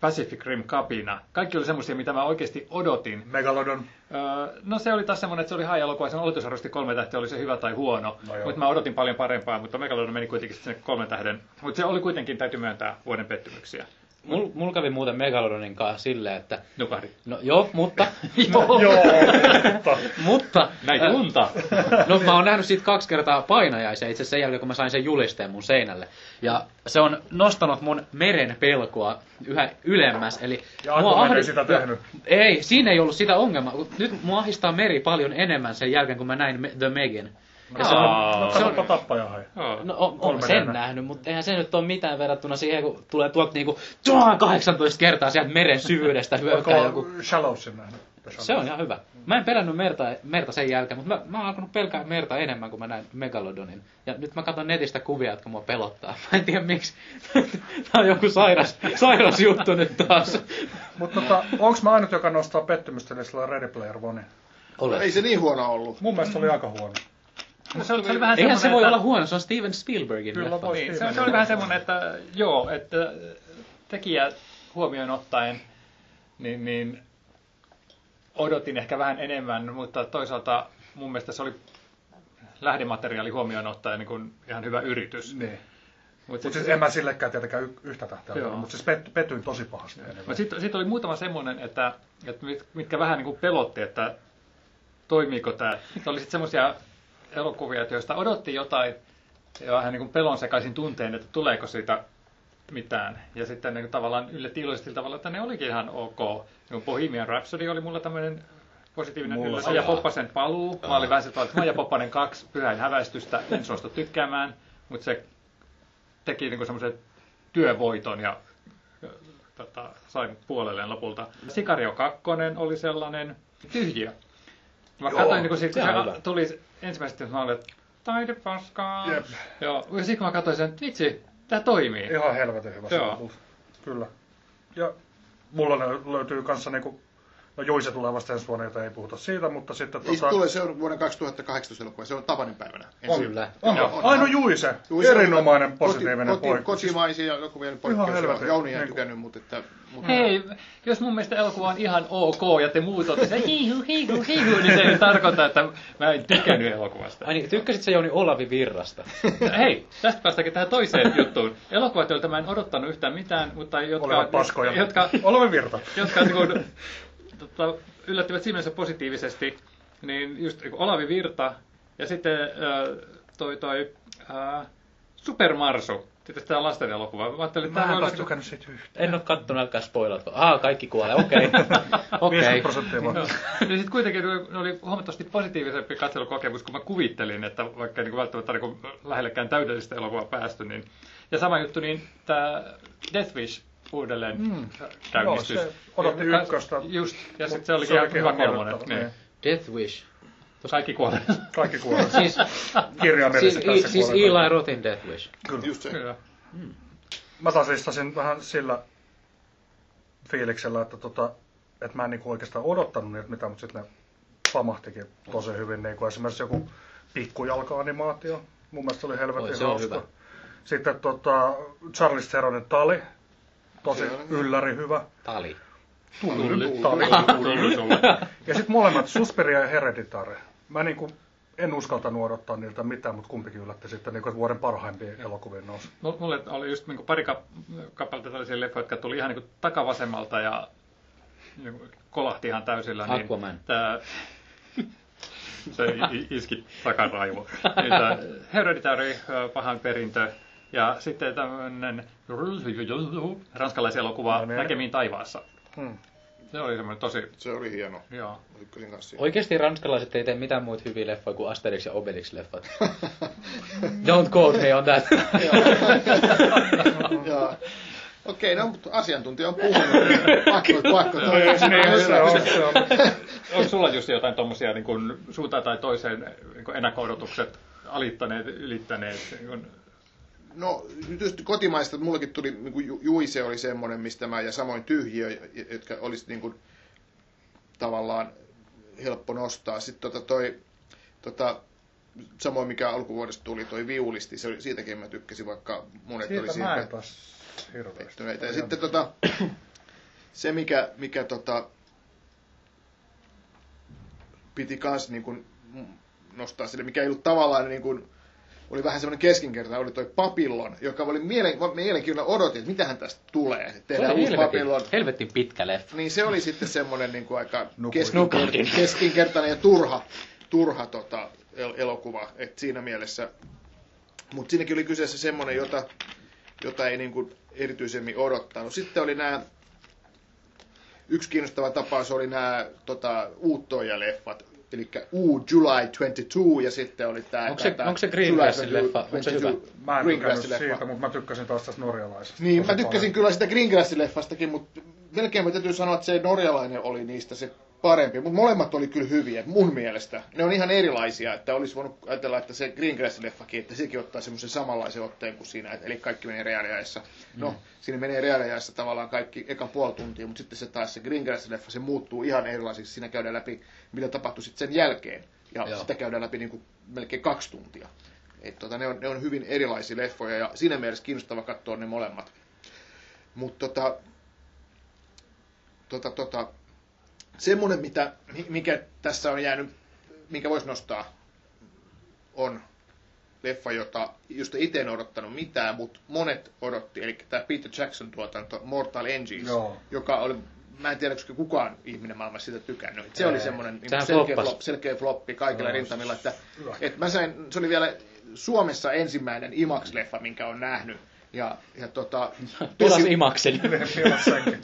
Speaker 4: Pacific Rim Capina. Kaikki oli semmoisia, mitä mä oikeasti odotin.
Speaker 5: Megalodon.
Speaker 4: Öö, no se oli taas semmoinen, että se oli haja-elokuva, sen oletusarvosti kolme tähteä, oli se hyvä tai huono.
Speaker 5: No joo.
Speaker 4: No mutta mä odotin paljon parempaa, mutta Megalodon meni kuitenkin sitten sinne kolmen tähden. Mutta se oli kuitenkin, täytyy myöntää, vuoden pettymyksiä.
Speaker 3: Mul, mul kävi muuten Megalodonin kanssa silleen, että...
Speaker 4: Nukahdi.
Speaker 3: No joo, mutta...
Speaker 5: Joo, mutta
Speaker 3: mutta...
Speaker 4: Näin
Speaker 3: äh,
Speaker 4: unta.
Speaker 3: No mä oon nähnyt siitä kaksi kertaa painajaisia itse asiassa sen jälkeen, kun mä sain sen julisteen mun seinälle. Ja se on nostanut mun meren pelkoa yhä ylemmäs. Eli
Speaker 5: Ja Aquaman ei sitä
Speaker 3: Joo.
Speaker 5: tehnyt.
Speaker 3: Ei, siinä ei ollut sitä ongelmaa. Nyt mua ahistaa meri paljon enemmän sen jälkeen, kun mä näin Me- The Megan. Ja se on,
Speaker 4: Aa.
Speaker 3: se
Speaker 5: se
Speaker 3: on,
Speaker 5: onpa tappaja hai.
Speaker 4: Joo.
Speaker 3: no, on, on
Speaker 5: Kolme
Speaker 3: sen
Speaker 5: nähdä.
Speaker 3: nähnyt, mutta eihän se nyt ole mitään verrattuna siihen, kun tulee tuolta niinku tuon 18 kertaa sieltä meren syvyydestä
Speaker 5: Onko
Speaker 3: hyökkää joku.
Speaker 5: Shallowsin nähnyt?
Speaker 3: Se on ihan hyvä. Mä en pelännyt merta, merta sen jälkeen, mutta mä, mä oon alkanut pelkää merta enemmän, kun mä näin Megalodonin. Ja nyt mä katson netistä kuvia, jotka mua pelottaa. Mä en tiedä miksi. Tää on joku sairas, sairas juttu nyt taas.
Speaker 5: Mutta tota, onks mä ainut, joka nostaa pettymystä, eli sillä Ready Player One?
Speaker 3: Ole.
Speaker 6: Ei se niin huono ollut.
Speaker 5: Mun mielestä se oli aika huono.
Speaker 4: No, se oli, se oli vähän
Speaker 3: Eihän se
Speaker 4: semmoinen,
Speaker 3: voi
Speaker 4: että-
Speaker 3: olla huono, se on Steven Spielbergin
Speaker 5: Kyllä
Speaker 3: leffa.
Speaker 5: voi.
Speaker 4: Niin, se, se oli vähän semmoinen, että joo, että äh, tekijä huomioon ottaen, niin, niin odotin ehkä vähän enemmän, mutta toisaalta mun mielestä se oli lähdemateriaali huomioon ottaen niin kuin ihan hyvä yritys.
Speaker 5: Niin.
Speaker 4: Mutta
Speaker 5: Mutta siis en mä sillekään tietenkään y- yhtä tähteä
Speaker 4: Joo.
Speaker 5: mutta siis pet- petyin tosi pahasti.
Speaker 4: Mutta sitten sit oli muutama semmoinen, että, että mit- mitkä vähän niin kuin pelotti, että toimiiko tämä. Se oli sitten semmoisia elokuvia, että joista odotti jotain ja vähän niin kuin pelon sekaisin tunteen, että tuleeko siitä mitään. Ja sitten niin kuin tavallaan yllätti iloisesti tavalla, että ne olikin ihan ok. Niin Bohemian Rhapsody oli mulla tämmöinen positiivinen
Speaker 5: Mulla
Speaker 4: yllätys.
Speaker 5: sama.
Speaker 4: Maija Poppasen paluu. Mä olin vähän sillä tavalla, että Maija Poppanen kaksi pyhän häväistystä. En suostu tykkäämään, mutta se teki niin semmoisen työvoiton ja ja, tota, sai mut puolelleen lopulta. Sikario 2 oli sellainen tyhjiö. Mä
Speaker 6: Joo,
Speaker 4: katsoin, niin kun se,
Speaker 3: se
Speaker 4: se
Speaker 3: on hyvä.
Speaker 4: tuli ensimmäisesti, mä olin, että taidepaskaa.
Speaker 5: Jep.
Speaker 4: Joo, ja sitten kun mä katsoin sen, että vitsi, tämä toimii.
Speaker 5: Ihan helvetin hyvä
Speaker 4: Joo.
Speaker 5: Joo. Kyllä. Ja mulla lö- löytyy kanssa niinku, no Juise tulee vasta ensi vuonna, joten ei puhuta siitä, mutta sitten tota-
Speaker 6: Ei, se tulee se on vuoden 2018 elokuva, se on Tapanin päivänä.
Speaker 5: On.
Speaker 3: Kyllä.
Speaker 5: Onko?
Speaker 4: Joo,
Speaker 5: On, Aino Juise. Juise. Erinomainen positiivinen
Speaker 6: koti,
Speaker 5: poika. Siis
Speaker 6: Koti, kotimaisia elokuvia nyt poikkeus.
Speaker 5: helvetin.
Speaker 6: Joo, Jouni ei
Speaker 5: Niin kuin-
Speaker 6: tykännyt, mutta... Että, mutta
Speaker 4: Hei, jos mun mielestä elokuva on ihan ok ja te muut olette se hiihu, hiihu, hiihu, niin se ei tarkoita, että mä en tykännyt elokuvasta.
Speaker 3: Ai niin, tykkäsit sä Jouni Olavi Virrasta?
Speaker 4: Hei, tästä päästäänkin tähän toiseen juttuun. Elokuvat, joilta mä en odottanut yhtään mitään, mutta jotka,
Speaker 5: Olevat paskoja.
Speaker 4: jotka
Speaker 5: Olemme virta.
Speaker 4: jotka niin kuin, tota, yllättivät silmänsä positiivisesti, niin just niin kuin Olavi Virta ja sitten äh, toi, toi äh, Supermarsu, sitten tämä lasten elokuva. Mä ajattelin, että niinku-
Speaker 5: Mä
Speaker 4: tämä
Speaker 5: en
Speaker 4: voi
Speaker 5: taas
Speaker 4: olla...
Speaker 5: tykännyt siitä yhtään.
Speaker 3: En oo kattonut, älkää spoilatko. Aa, kaikki kuolee, okei. Okei.
Speaker 5: 50 prosenttia vaan.
Speaker 4: Niin sitten kuitenkin ne oli huomattavasti positiivisempi katselukokemus, kun mä kuvittelin, että vaikka niin kuin välttämättä niin kuin lähellekään täydellistä elokuvaa päästy. Niin... Ja sama juttu, niin tämä Death Wish uudelleen mm. käynnistys.
Speaker 5: Joo, se odotti ykköstä.
Speaker 4: Just, ja sitten se
Speaker 5: Mut
Speaker 4: olikin ihan
Speaker 5: olikin
Speaker 4: hyvä
Speaker 5: ihan
Speaker 4: kolmonen.
Speaker 5: naurettava,
Speaker 4: Niin.
Speaker 3: Death Wish.
Speaker 4: Kaikki kuolee.
Speaker 5: Kaikki kuolee.
Speaker 3: Siis, siis,
Speaker 5: Kirjaimellisesti
Speaker 3: i,
Speaker 5: tässä
Speaker 3: siis
Speaker 5: kuolee.
Speaker 3: Eli Rotin Death Wish.
Speaker 5: Kyllä.
Speaker 6: just se.
Speaker 4: Kyllä.
Speaker 5: Mä taas listasin vähän sillä fiiliksellä, että, tota, että mä en niinku oikeastaan odottanut niitä mitään, mutta sitten ne pamahtikin tosi hyvin. Niinku esimerkiksi joku pikkujalka-animaatio. Mun mielestä se oli helvetin
Speaker 3: Oi, se on
Speaker 5: hauska.
Speaker 3: hyvä.
Speaker 5: Sitten tota, Charles Theronin tali. Tosi
Speaker 6: Se on hyvä.
Speaker 5: ylläri hyvä.
Speaker 3: Tali.
Speaker 5: Tulli. Tali.
Speaker 4: Tullut sulle.
Speaker 5: Ja sitten molemmat, Suspiria ja Hereditary. Mä niinku en uskaltanut odottaa niiltä mitään, mutta kumpikin yllätti sitten niinku vuoden parhaimpien elokuvien nousu.
Speaker 4: Mul- Mulle oli just niin pari kap- kappaletta tällaisia leffoja, jotka tuli ihan niin takavasemmalta ja niin kolahti ihan täysillä. Niin
Speaker 3: Aquaman.
Speaker 4: Tää, se i- i- iski takaraivo. Niin tää Hereditary, ö, pahan perintö. Ja sitten tämmöinen ranskalaiselokuva
Speaker 5: No niin.
Speaker 4: Näkemiin taivaassa.
Speaker 5: Hmm.
Speaker 4: Se oli semmoinen tosi,
Speaker 6: Se oli hieno.
Speaker 4: joo.
Speaker 6: Mä tykkäsin kanssa siitä.
Speaker 3: Oikeesti ranskalaiset ei tee mitään muut hyviä leffoja kuin Asterix ja Obelix leffat. Don't quote me on that.
Speaker 6: Joo. Okei, no mutta asiantuntija on puhunut. Pakko, pakko.
Speaker 5: Niin, se on, se on.
Speaker 4: Onko sulla just jotain tuommoisia niin kun suuntaan tai toiseen niin ennakko-odotukset alittaneet, ylittäneet? Niin kun,
Speaker 6: No, nyt just kotimaista, että mullakin tuli, niin kuin Ju- Juise oli semmoinen, mistä mä, ja samoin Tyhjiö, j- jotka olisi niin kuin, tavallaan helppo nostaa. Sitten tota toi, tota, samoin mikä alkuvuodesta tuli, toi viulisti, se oli, siitäkin mä tykkäsin, vaikka monet oli
Speaker 5: Siitä
Speaker 6: siitä
Speaker 5: mä en taas hirveästi.
Speaker 6: pettyneitä. Ja sitten tota, se, mikä, mikä tota, piti kans niin kun nostaa sille, mikä ei ollut tavallaan niin kun, oli vähän semmoinen keskinkertainen, oli toi Papillon, joka oli mielen, mä mielenkiinnolla odotin, että mitähän tästä tulee. Sitten
Speaker 3: Se
Speaker 6: tehdään
Speaker 3: oli
Speaker 6: uusi
Speaker 3: helvetin,
Speaker 6: Papillon.
Speaker 3: helvetin pitkä leffa.
Speaker 6: Niin se oli sitten semmoinen niin kuin aika
Speaker 5: Nukuin.
Speaker 6: keskinker- keskinkertainen ja turha, turha tota, el- elokuva. Et siinä mielessä. Mutta siinäkin oli kyseessä semmoinen, jota, jota ei niin kuin erityisemmin odottanut. Sitten oli nämä, yksi kiinnostava tapaus oli nämä tota, Uuttoja-leffat. Eli U July 22 ja sitten oli tämä...
Speaker 3: Onko se- onko se Greengrassin leffa? Onko se hyvä?
Speaker 5: Mä en tykännyt siitä, mutta mä tykkäsin taas tästä norjalaisesta.
Speaker 6: Niin,
Speaker 5: Tosi
Speaker 6: mä tykkäsin
Speaker 5: paljon.
Speaker 6: kyllä sitä Greengrassin leffastakin, mutta melkein mä täytyy sanoa, että se norjalainen oli niistä se parempi, mutta molemmat oli kyllä hyviä, mun mielestä. Ne on ihan erilaisia, että olisi voinut ajatella, että se Greengrass-leffakin, että sekin ottaa semmoisen samanlaisen otteen kuin siinä, että- eli kaikki menee reaaliajassa. No, mm. siinä menee reaaliajassa tavallaan kaikki eka puoli tuntia, mutta sitten se taas se Greengrass-leffa, se muuttuu ihan erilaiseksi. Siinä käydään läpi, mitä tapahtui sitten sen jälkeen, ja
Speaker 7: Joo.
Speaker 6: Joo. sitä käydään läpi niin kuin melkein kaksi tuntia. Et tota, ne, on, ne on hyvin erilaisia leffoja, ja siinä mielessä kiinnostava katsoa ne molemmat. Mutta tota, tota, tota, semmoinen, mitä, mi- mikä tässä on jäänyt, minkä voisi nostaa, on leffa, jota just itse en odottanut mitään, mutta monet odotti, eli tämä Peter Jackson tuotanto Mortal Engines,
Speaker 5: Joo.
Speaker 6: joka oli, mä en tiedä, onko kukaan ihminen maailmassa sitä tykännyt. Et se oli semmoinen niin
Speaker 7: Sehän
Speaker 6: selkeä,
Speaker 7: floppasi.
Speaker 6: flop, selkeä floppi kaikilla
Speaker 5: Joo,
Speaker 6: rintamilla, että
Speaker 5: hyvä.
Speaker 6: et mä sain, se oli vielä Suomessa ensimmäinen IMAX-leffa, minkä on nähnyt, ja, ja tota,
Speaker 3: Pilas Imaksen.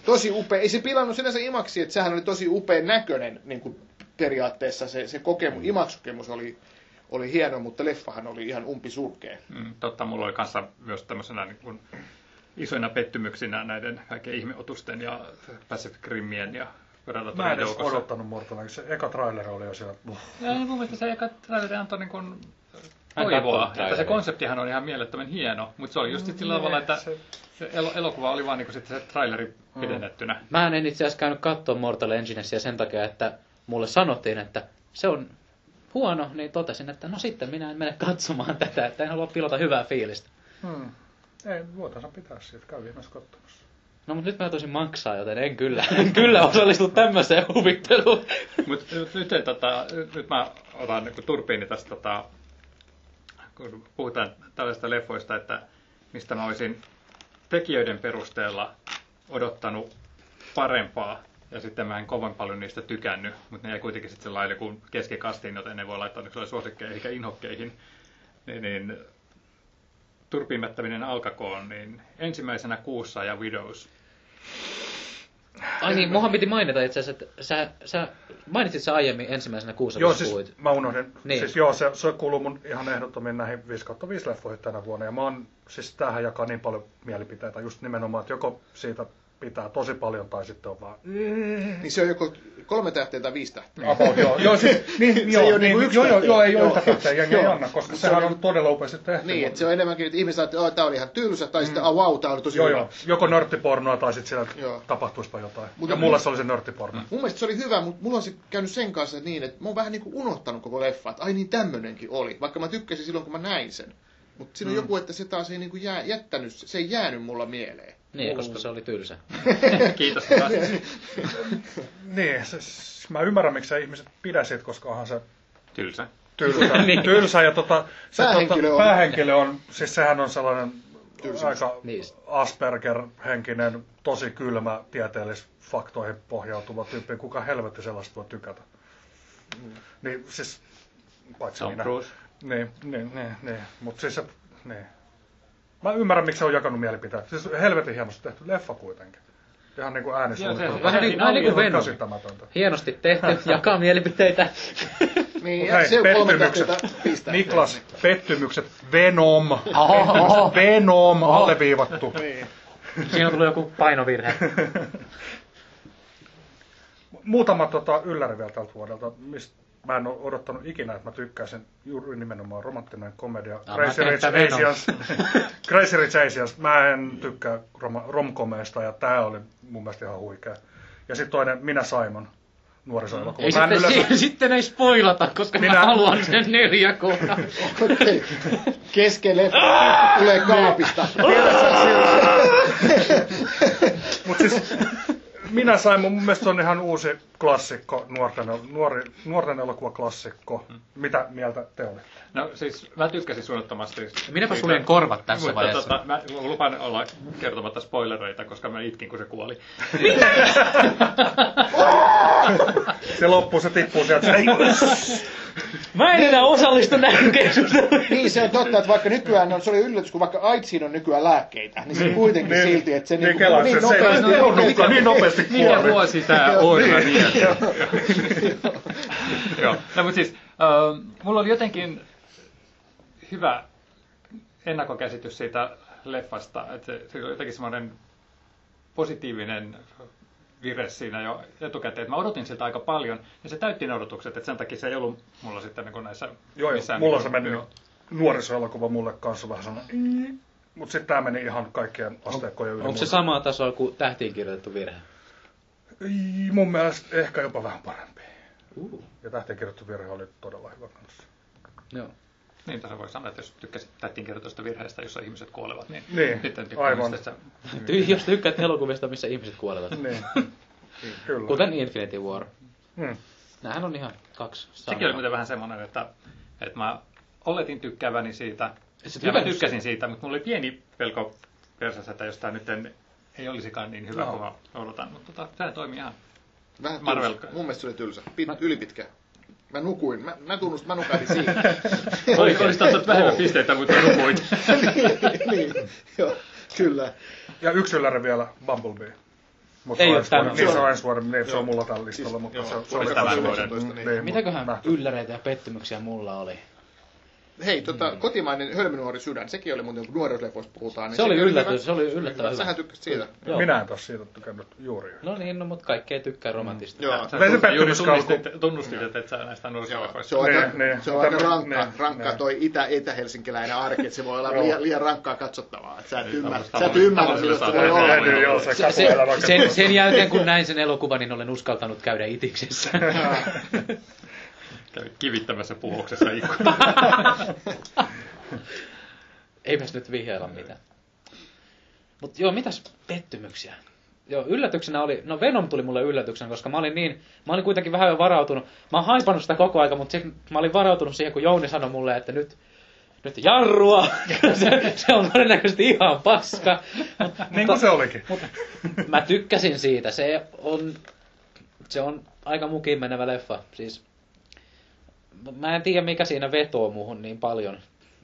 Speaker 6: tosi upea. Ei se pilannut sinänsä imaksi, että sehän oli tosi upea näköinen niin kuin periaatteessa. Se, se
Speaker 5: Mm.
Speaker 6: kokemus, imaksokemus oli, oli hieno, mutta leffahan oli ihan umpisurkea.
Speaker 4: Mm, totta, mulla oli kanssa myös tämmöisenä niin kuin isoina pettymyksinä näiden kaikkien ihmeotusten ja Pacific Rimien ja
Speaker 5: Mä en
Speaker 4: Predatorin
Speaker 5: edes
Speaker 4: joukossa.
Speaker 5: odottanut Mortal Engines. Se eka traileri oli jo siellä. Puh.
Speaker 4: Ja niin mun mielestä se eka traileri antoi niin kuin
Speaker 7: Mä en
Speaker 4: toivoa.
Speaker 7: katsonut
Speaker 4: Että se
Speaker 7: traileria.
Speaker 4: konseptihan on ihan mielettömän hieno, mutta se oli just sillä tavalla, että
Speaker 5: se-
Speaker 4: se el- elokuva oli vaan niin kuin sitten se traileri pidennettynä.
Speaker 7: Mä en itse asiassa käynyt katsoa Mortal Enginesia sen takia, että mulle sanottiin, että se on huono, niin totesin, että no sitten minä en mene katsomaan tätä, että en halua pilata hyvää fiilistä.
Speaker 5: Hmm. Ei, voitaisiin pitää siitä. Käy ihmeessä katsomassa.
Speaker 7: No mutta nyt mä tosin maksaa, joten en kyllä, en kyllä osallistu tämmöiseen huvitteluun.
Speaker 4: Mut nyt, nyt, ei tota, nyt- nyt mä otan niinku turpiini tästä, tota, kun puhutaan tällaista leffoista, että mistä mä olisin tekijöiden perusteella odottanut parempaa, ja sitten mä en kovin paljon niistä tykännyt, mutta ne jäi kuitenkin sitten sillä lailla kuin keskikastiin, joten ne voi laittaa niinku suosikkeihin eikä inhokkeihin. Niin, niin turpiimättäminen alkakoon, niin ensimmäisenä kuussa ja Widows.
Speaker 7: Ai niin, muhan piti mainita itse asiassa, että sä, sä mainitsit sä aiemmin ensimmäisenä kuussa,
Speaker 5: Joo,
Speaker 7: kun sä
Speaker 5: siis
Speaker 7: puhuit.
Speaker 5: mä unohdin.
Speaker 7: Niin.
Speaker 5: Niin. Siis joo, se, se kuuluu mun ihan ehdottomiin näihin 5 5 leffoihin tänä vuonna. Ja mä oon, siis tämähän jakaa niin paljon mielipiteitä just nimenomaan, että joko siitä pitää tosi paljon tai sitten on vaan...
Speaker 6: Niin se on joko kolme tähteä tai viisi tähteä.
Speaker 5: About, joo, joo, siis, niin,
Speaker 6: Se
Speaker 5: joo,
Speaker 6: ei oo niinku
Speaker 5: niin,
Speaker 6: yksi
Speaker 5: joo, joo,
Speaker 6: tähteä.
Speaker 5: joo, ei ole
Speaker 6: Joo.
Speaker 5: yhtä tähteä, jengi ei
Speaker 6: Joo.
Speaker 5: anna, koska
Speaker 6: Se
Speaker 5: sehän
Speaker 6: on-
Speaker 5: on todella upeasti tehty.
Speaker 6: Niin,
Speaker 5: mutta-
Speaker 6: että se on enemmänkin, että ihmiset ajattelee, että tämä oli ihan tylsä, tai sitten, oh, wow, tämä oli tosi
Speaker 5: Mm. Joo,
Speaker 6: hyvä.
Speaker 5: joo. Joko nörttipornoa tai sitten siellä
Speaker 6: Joo.
Speaker 5: tapahtuispa jotain.
Speaker 6: Mut-
Speaker 5: ja mulla se oli se nörttiporno.
Speaker 6: Mun mielestä se oli hyvä, mutta mulla on se käynyt sen kanssa niin, että mä oon vähän niin kuin unohtanut koko leffa, että ai niin tämmönenkin oli, vaikka mä tykkäsin silloin, kun mä näin sen. Mutta
Speaker 5: Mm.
Speaker 6: siinä on joku, että se taas ei niin kuin jää, jättänyt, se ei jäänyt mulla mieleen.
Speaker 7: Niin, koska se oli tylsä.
Speaker 4: Kiitos tästä.
Speaker 5: Niin, siis, mä ymmärrän, miksi ihmiset pidä siitä, koska onhan se
Speaker 4: Tylsä.
Speaker 5: tylsä, niin. tylsä ja tota, se
Speaker 6: Päähenkilö
Speaker 5: tota,
Speaker 6: on-
Speaker 5: päähenkilö on, siis sehän on sellainen
Speaker 6: Tylsä.
Speaker 5: aika
Speaker 7: Niin.
Speaker 5: Asperger-henkinen, tosi kylmä, tieteellisfaktoihin pohjautuva tyyppi. Kuka helvetti sellaista voi tykätä?
Speaker 6: Mm.
Speaker 5: Niin siis, paitsi
Speaker 4: Tom
Speaker 5: minä.
Speaker 4: Cruise.
Speaker 5: Niin, niin, niin, niin. mutta siis se, niin. Mä ymmärrän, miksi se on jakanut mielipiteitä. Siis helvetin hienosti tehty leffa kuitenkin. Ihan niin kuin
Speaker 4: Joo,
Speaker 5: äänisuunnittelu.
Speaker 4: se-
Speaker 7: Vähän niin, vähän niin kuin
Speaker 5: Ihan
Speaker 7: Venom.
Speaker 5: niinku käsittämätöntä.
Speaker 7: Hienosti tehty, jakaa mielipiteitä.
Speaker 6: Niin,
Speaker 5: Mut
Speaker 6: ja
Speaker 5: hei,
Speaker 6: se on kolme
Speaker 5: pettymykset.
Speaker 6: tähteä tai viisi tähteä. niin.
Speaker 5: Niklas, pettymykset, Venom, pettymykset, Venom, alleviivattu.
Speaker 7: Siinä tuli joku painovirhe.
Speaker 5: Muutama tota, ylläri vielä tältä vuodelta, mistä mä en ole odottanut ikinä, että mä tykkäisin juuri nimenomaan romanttinen komedia.
Speaker 7: mä
Speaker 5: Crazy
Speaker 7: tiedän,
Speaker 5: Rich
Speaker 7: että Venom.
Speaker 5: Asians. Crazy Rich Asians. Mä en tykkää rom- romkomeista ja tää oli mun mielestä ihan huikea. Ja sitten toinen, Minä Simon, nuorisoelokuva.
Speaker 7: Ei
Speaker 5: Mä en
Speaker 7: sitten,
Speaker 5: yleensä-
Speaker 7: si- sitten ei spoilata, koska Minä... mä
Speaker 5: Minä-
Speaker 7: haluan sen neljä kohtaa.
Speaker 6: Okei. Kesken leffa tulee kaapista.
Speaker 5: Mut siis, minä sain, mun mielestä se on ihan uusi klassikko, nuorten, el- nuori, nuorten elokuva klassikko.
Speaker 7: Mm.
Speaker 5: Mitä mieltä te olitte?
Speaker 4: No siis mä tykkäsin suunnattomasti.
Speaker 7: Minäpä
Speaker 4: siitä.
Speaker 7: suljen korvat tässä
Speaker 4: Mutta
Speaker 7: vaiheessa.
Speaker 4: Tota, mä lupaan olla kertomatta spoilereita, koska mä itkin, kun se kuoli.
Speaker 5: Se loppuu, se tippuu sieltä. Ei,
Speaker 7: Mä en enää osallistu näihin keskusteluihin.
Speaker 6: Niin, se on totta, että vaikka nykyään on, se oli yllätys, kun vaikka AIDSiin on nykyään lääkkeitä, niin se kuitenkin
Speaker 5: Niin.
Speaker 6: silti, että se
Speaker 5: niin
Speaker 6: niinku-
Speaker 5: kelaa se, se ei
Speaker 6: nopeasti-
Speaker 5: nopeasti, niin nopeasti
Speaker 4: Mikä
Speaker 5: kuoli.
Speaker 4: vuosi tää on? Mä mietin. niin. Joo. No mutta siis, ähm, mulla oli jotenkin hyvä ennakkokäsitys siitä leffasta, että se, se oli jotenkin semmoinen positiivinen vire siinä jo etukäteen, että mä odotin sitä aika paljon, ja se täytti ne odotukset, että sen takia se ei ollut mulla sitten niin näissä
Speaker 5: Joo, joo
Speaker 4: missään
Speaker 5: mulla se
Speaker 4: niin
Speaker 5: meni nuorisoelokuva mulle kanssa vähän "Mm." sellainen. Mutta sitten tämä meni ihan kaikkien asteikkojen yli.
Speaker 3: Onko se samaa tasoa kuin tähtiin kirjoitettu virhe?
Speaker 5: Ei, Mun mielestä ehkä jopa vähän parempi. Ja tähteen kirjoitettu virhe oli todella hyvä kanssa.
Speaker 3: Joo.
Speaker 4: Niin, tässä voi sanoa, että jos tykkäsit tätin kertoista virheestä, jossa ihmiset kuolevat, niin,
Speaker 5: Niin,
Speaker 4: sitten
Speaker 5: aivan.
Speaker 4: Tässä,
Speaker 3: Ty- jos tykkäät elokuvista, missä ihmiset kuolevat.
Speaker 5: Niin. Kyllä.
Speaker 3: Kuten Infinity War.
Speaker 5: Hmm.
Speaker 3: Nämähän on ihan kaksi
Speaker 4: sekin oli
Speaker 3: samaa.
Speaker 4: muuten vähän semmoinen, että, että mä oletin tykkääväni siitä,
Speaker 3: sä
Speaker 4: ja mä
Speaker 3: tykännyt
Speaker 4: tykkäsin siitä, mutta mulla oli pieni pelko persassa, että jos tämä nyt en- ei olisikaan niin hyvä no.
Speaker 5: No.
Speaker 4: kuin mä odotan, mutta tota, tämä toimi ihan.
Speaker 6: Vähän
Speaker 4: Marvel-
Speaker 6: tylsä. Mun mielestä se oli tylsä. Pit, Ylipitkä. Mä nukuin. Mä, mä tunnustan, mä nukahdin siinä.
Speaker 4: Olisi tahtonut vähemmän pisteitä, mutta nukuin.
Speaker 6: niin, joo, kyllä.
Speaker 5: Ja yksi ylläri vielä, Bumblebee. Mut
Speaker 3: Ei
Speaker 5: se on
Speaker 3: oo
Speaker 5: ensi vuoden-
Speaker 3: tämän
Speaker 5: Niin, se
Speaker 6: vuoden.
Speaker 5: on ensi vuoden, niin se on mulla tällä listalla. Mutta
Speaker 6: joo,
Speaker 5: se, se
Speaker 6: oli
Speaker 5: oli
Speaker 6: tämän
Speaker 5: kans-
Speaker 6: vuoden.
Speaker 5: Mm,
Speaker 6: Niin.
Speaker 5: niin,
Speaker 3: Mitäköhän
Speaker 5: mut-
Speaker 3: ylläreitä ja pettymyksiä mulla oli?
Speaker 6: Hei, tota, mm. kotimainen hölmönuori sydän, sekin oli muuten, kun nuoruuslepoista puhutaan. Niin
Speaker 3: Se oli
Speaker 6: sekin
Speaker 3: yllätys,
Speaker 6: hyvä.
Speaker 3: se oli yllättävän hyvä.
Speaker 6: Sähän tykkäsit siitä.
Speaker 3: Joo.
Speaker 5: Minä en taas siitä tykännyt juuri.
Speaker 3: No niin, no, mutta kaikki ei tykkää romantista.
Speaker 6: Mm. Joo.
Speaker 4: Sä
Speaker 5: Vesi
Speaker 4: tunnistit- juuri
Speaker 5: pettymyskalku.
Speaker 4: tunnistit- Tunnustit, että et sä näistä
Speaker 6: Joo,
Speaker 4: nuorisoleffoista.
Speaker 6: se on
Speaker 5: Ne,
Speaker 6: aika,
Speaker 5: ne,
Speaker 6: se on
Speaker 5: mutta
Speaker 6: aika
Speaker 5: ne,
Speaker 6: rankka,
Speaker 5: ne,
Speaker 6: rankka
Speaker 5: ne.
Speaker 6: toi itä etähelsinkiläinen arki, että se voi olla
Speaker 5: Joo.
Speaker 6: liian, liian rankkaa katsottavaa. Et sä et ymmärrä, sä et
Speaker 4: tavalliselle-
Speaker 6: ymmärrä sitä, että se voi
Speaker 4: tavalliselle
Speaker 6: olla.
Speaker 4: saatana.
Speaker 5: Täytyy joo, se
Speaker 3: Se, se,
Speaker 5: katuelämä-
Speaker 3: sen, sen jälkeen kun näin sen elokuvan, niin olen uskaltanut käydä itiksessä.
Speaker 4: Kävit kivittämässä puhuksessa ikkuna.
Speaker 3: Eipäs nyt vihjailla mitään. Mutta joo, mitäs pettymyksiä? Joo, yllätyksenä oli, no Venom tuli mulle yllätyksenä, koska mä olin niin, mä olin kuitenkin vähän jo varautunut. Mä oon haipannut sitä koko aika, mutta sitten mä olin varautunut siihen, kun Jouni sanoi mulle, että nyt, nyt jarrua, se, se on todennäköisesti ihan paska. Mut,
Speaker 5: Niin kuin se olikin.
Speaker 3: Mut, mä tykkäsin siitä, se on, se on aika mukiin menevä leffa, siis mä en tiedä mikä siinä vetoo muuhun niin paljon.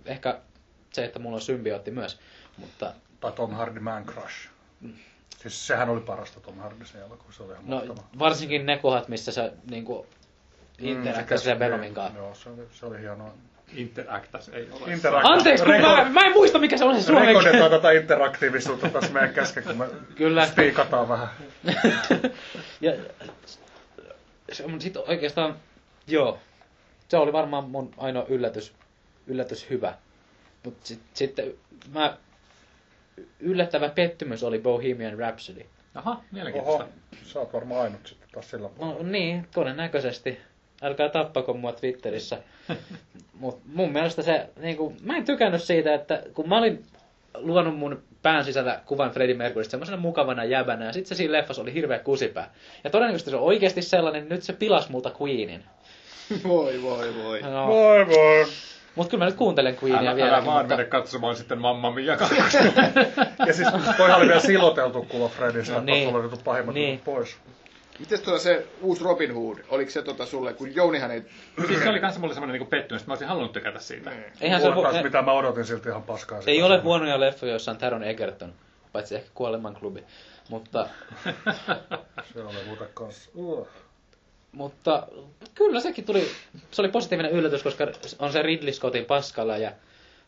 Speaker 3: Ehkä se, että mulla on symbiootti myös, mutta
Speaker 5: Tai Tom Hardy Man Crush. Siis sehän oli parasta Tom Hardy sen jälkeen, se oli ihan
Speaker 3: no,
Speaker 5: mahtava.
Speaker 3: varsinkin ne kohdat, missä sä niinku
Speaker 5: Mm,
Speaker 3: interaktio sen Venomin kanssa.
Speaker 5: Joo, se oli, se oli hienoa.
Speaker 4: Interactas ei ole.
Speaker 5: Interaktio.
Speaker 3: Anteeksi, kun mä, mä en muista mikä se on se suomeksi.
Speaker 5: Rekodetaan tätä tuota interaktiivisuutta tässä meidän kesken, kun me
Speaker 3: Kyllä.
Speaker 5: spiikataan vähän.
Speaker 3: Ja, se on sit oikeastaan, joo, se oli varmaan mun ainoa yllätys, yllätys hyvä. Mutta sit, sitten mä, yllättävä pettymys oli Bohemian Rhapsody.
Speaker 4: Aha, mielenkiintoista.
Speaker 5: Oho, sä oot varmaan ainut sitten taas sillä puolella.
Speaker 3: No niin, todennäköisesti. Älkää tappako mua Twitterissä. Mut mun mielestä se, niinku, mä en tykännyt siitä, että kun mä olin luonut mun pään sisällä kuvan Freddie Mercurystä semmoisena mukavana jäbänä, ja sitten se siinä leffassa oli hirveä kusipää. Ja todennäköisesti se on oikeasti sellainen, nyt se pilas multa Queenin.
Speaker 6: Voi, voi, voi.
Speaker 3: No,
Speaker 5: Voi voi.
Speaker 3: mut kyllä mä nyt kuuntelen Queenia
Speaker 4: Älä, älä
Speaker 3: vielä.
Speaker 4: vaan
Speaker 3: Mutta...
Speaker 4: mene katsomaan sitten Mamma Mia
Speaker 5: Ja siis toihan oli vielä siloteltu kuva Fredistä,
Speaker 3: No
Speaker 5: no
Speaker 3: niin.
Speaker 5: niin. otettu pahimmat
Speaker 3: Niin.
Speaker 5: niin. pois.
Speaker 6: Mites tuota se uusi Robin Hood, oliko se tota sulle, kun Jounihan ei...
Speaker 4: siis se oli kanssa mulle semmoinen niinku pettymys, että mä olisin halunnut tykätä siitä.
Speaker 3: Eihän se
Speaker 5: Mulle
Speaker 3: vo-
Speaker 5: taas, mitä mä odotin silti ihan paskaa.
Speaker 3: Ei
Speaker 5: siitä.
Speaker 3: ole huonoja leffoja, joissa on Taron Egerton, paitsi ehkä Kuoleman klubi. Mutta
Speaker 5: Se oli muuten kanssa. Uh.
Speaker 3: Mutta kyllä sekin tuli, se oli positiivinen yllätys, koska on se Ridley Scottin paskalla ja,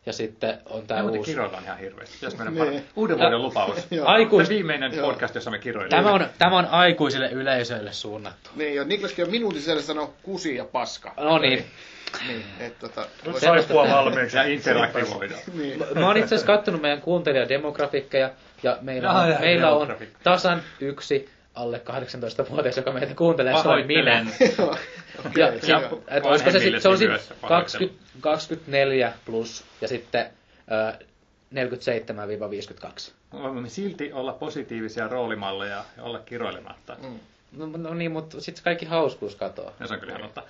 Speaker 3: ja sitten on
Speaker 4: Mä
Speaker 3: tämä
Speaker 4: muuten
Speaker 3: uusi.
Speaker 4: kiroillaan ihan hirveästi. Pitäis mennä
Speaker 6: Niin.
Speaker 4: pari- Uuden vuoden lupaus. Tämä
Speaker 3: Aikuis,
Speaker 4: viimeinen
Speaker 6: Joo.
Speaker 4: podcast, jossa me kiroillaan.
Speaker 3: tämä, on, tämä on aikuisille yleisöille suunnattu.
Speaker 6: Niin, jo, Niklaskin on minuutin sisällä sanoi kusi ja paska.
Speaker 3: No niin.
Speaker 6: Niin, et tota...
Speaker 5: Nyt
Speaker 6: vois-
Speaker 5: saippua valmiiksi.
Speaker 4: Ja interaktivoidaan.
Speaker 6: Niin.
Speaker 3: Mä oon itse asiassa kattonut meidän kuuntelijademografikkeja ja meillä on,
Speaker 4: Jaa, jaa,
Speaker 3: meillä on
Speaker 4: demografikka.
Speaker 3: tasan yksi alle 18-vuotias, joka meitä kuuntelee, se on minä.
Speaker 4: Pahoittelen.
Speaker 6: Joo.
Speaker 3: Ja,
Speaker 6: Okei,
Speaker 3: ja,
Speaker 6: joo.
Speaker 3: et olisiko se,
Speaker 4: Vanhemmille
Speaker 3: sit, se on sit
Speaker 4: myös pahoittelu.
Speaker 3: 20, 24 plus ja sitten äh, 47-52.
Speaker 4: Voimme silti olla positiivisia roolimalleja ja olla kiroilematta.
Speaker 3: No, no niin, mutta sitten se kaikki hauskuus katoaa.
Speaker 4: Ja se on kyllä ihan totta.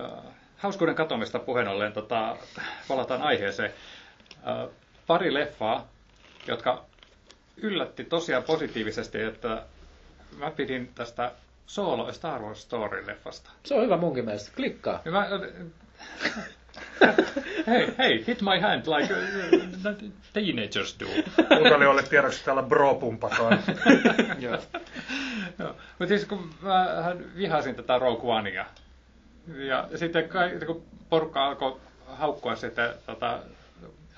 Speaker 4: Äh, Hauskuuden katoamista puheen ollen, tota, palataan aiheeseen. Äh, Pari leffaa, jotka yllätti tosiaan positiivisesti, että mä pidin tästä Solo A Star Wars Story-leffasta.
Speaker 3: Se on hyvä munkin mielestä. Klikkaa.
Speaker 4: Ja Mä, hei, hei, hit my hand like uh, teenagers do.
Speaker 5: Kuuntelijoille tiedoksi täällä bro pumpataan.
Speaker 6: Joo.
Speaker 4: Joo. Mutta siis kun mähän vihasin tätä Rogue Onea. Ja sitten kai, kun porukka alkoi haukkua sitä tota,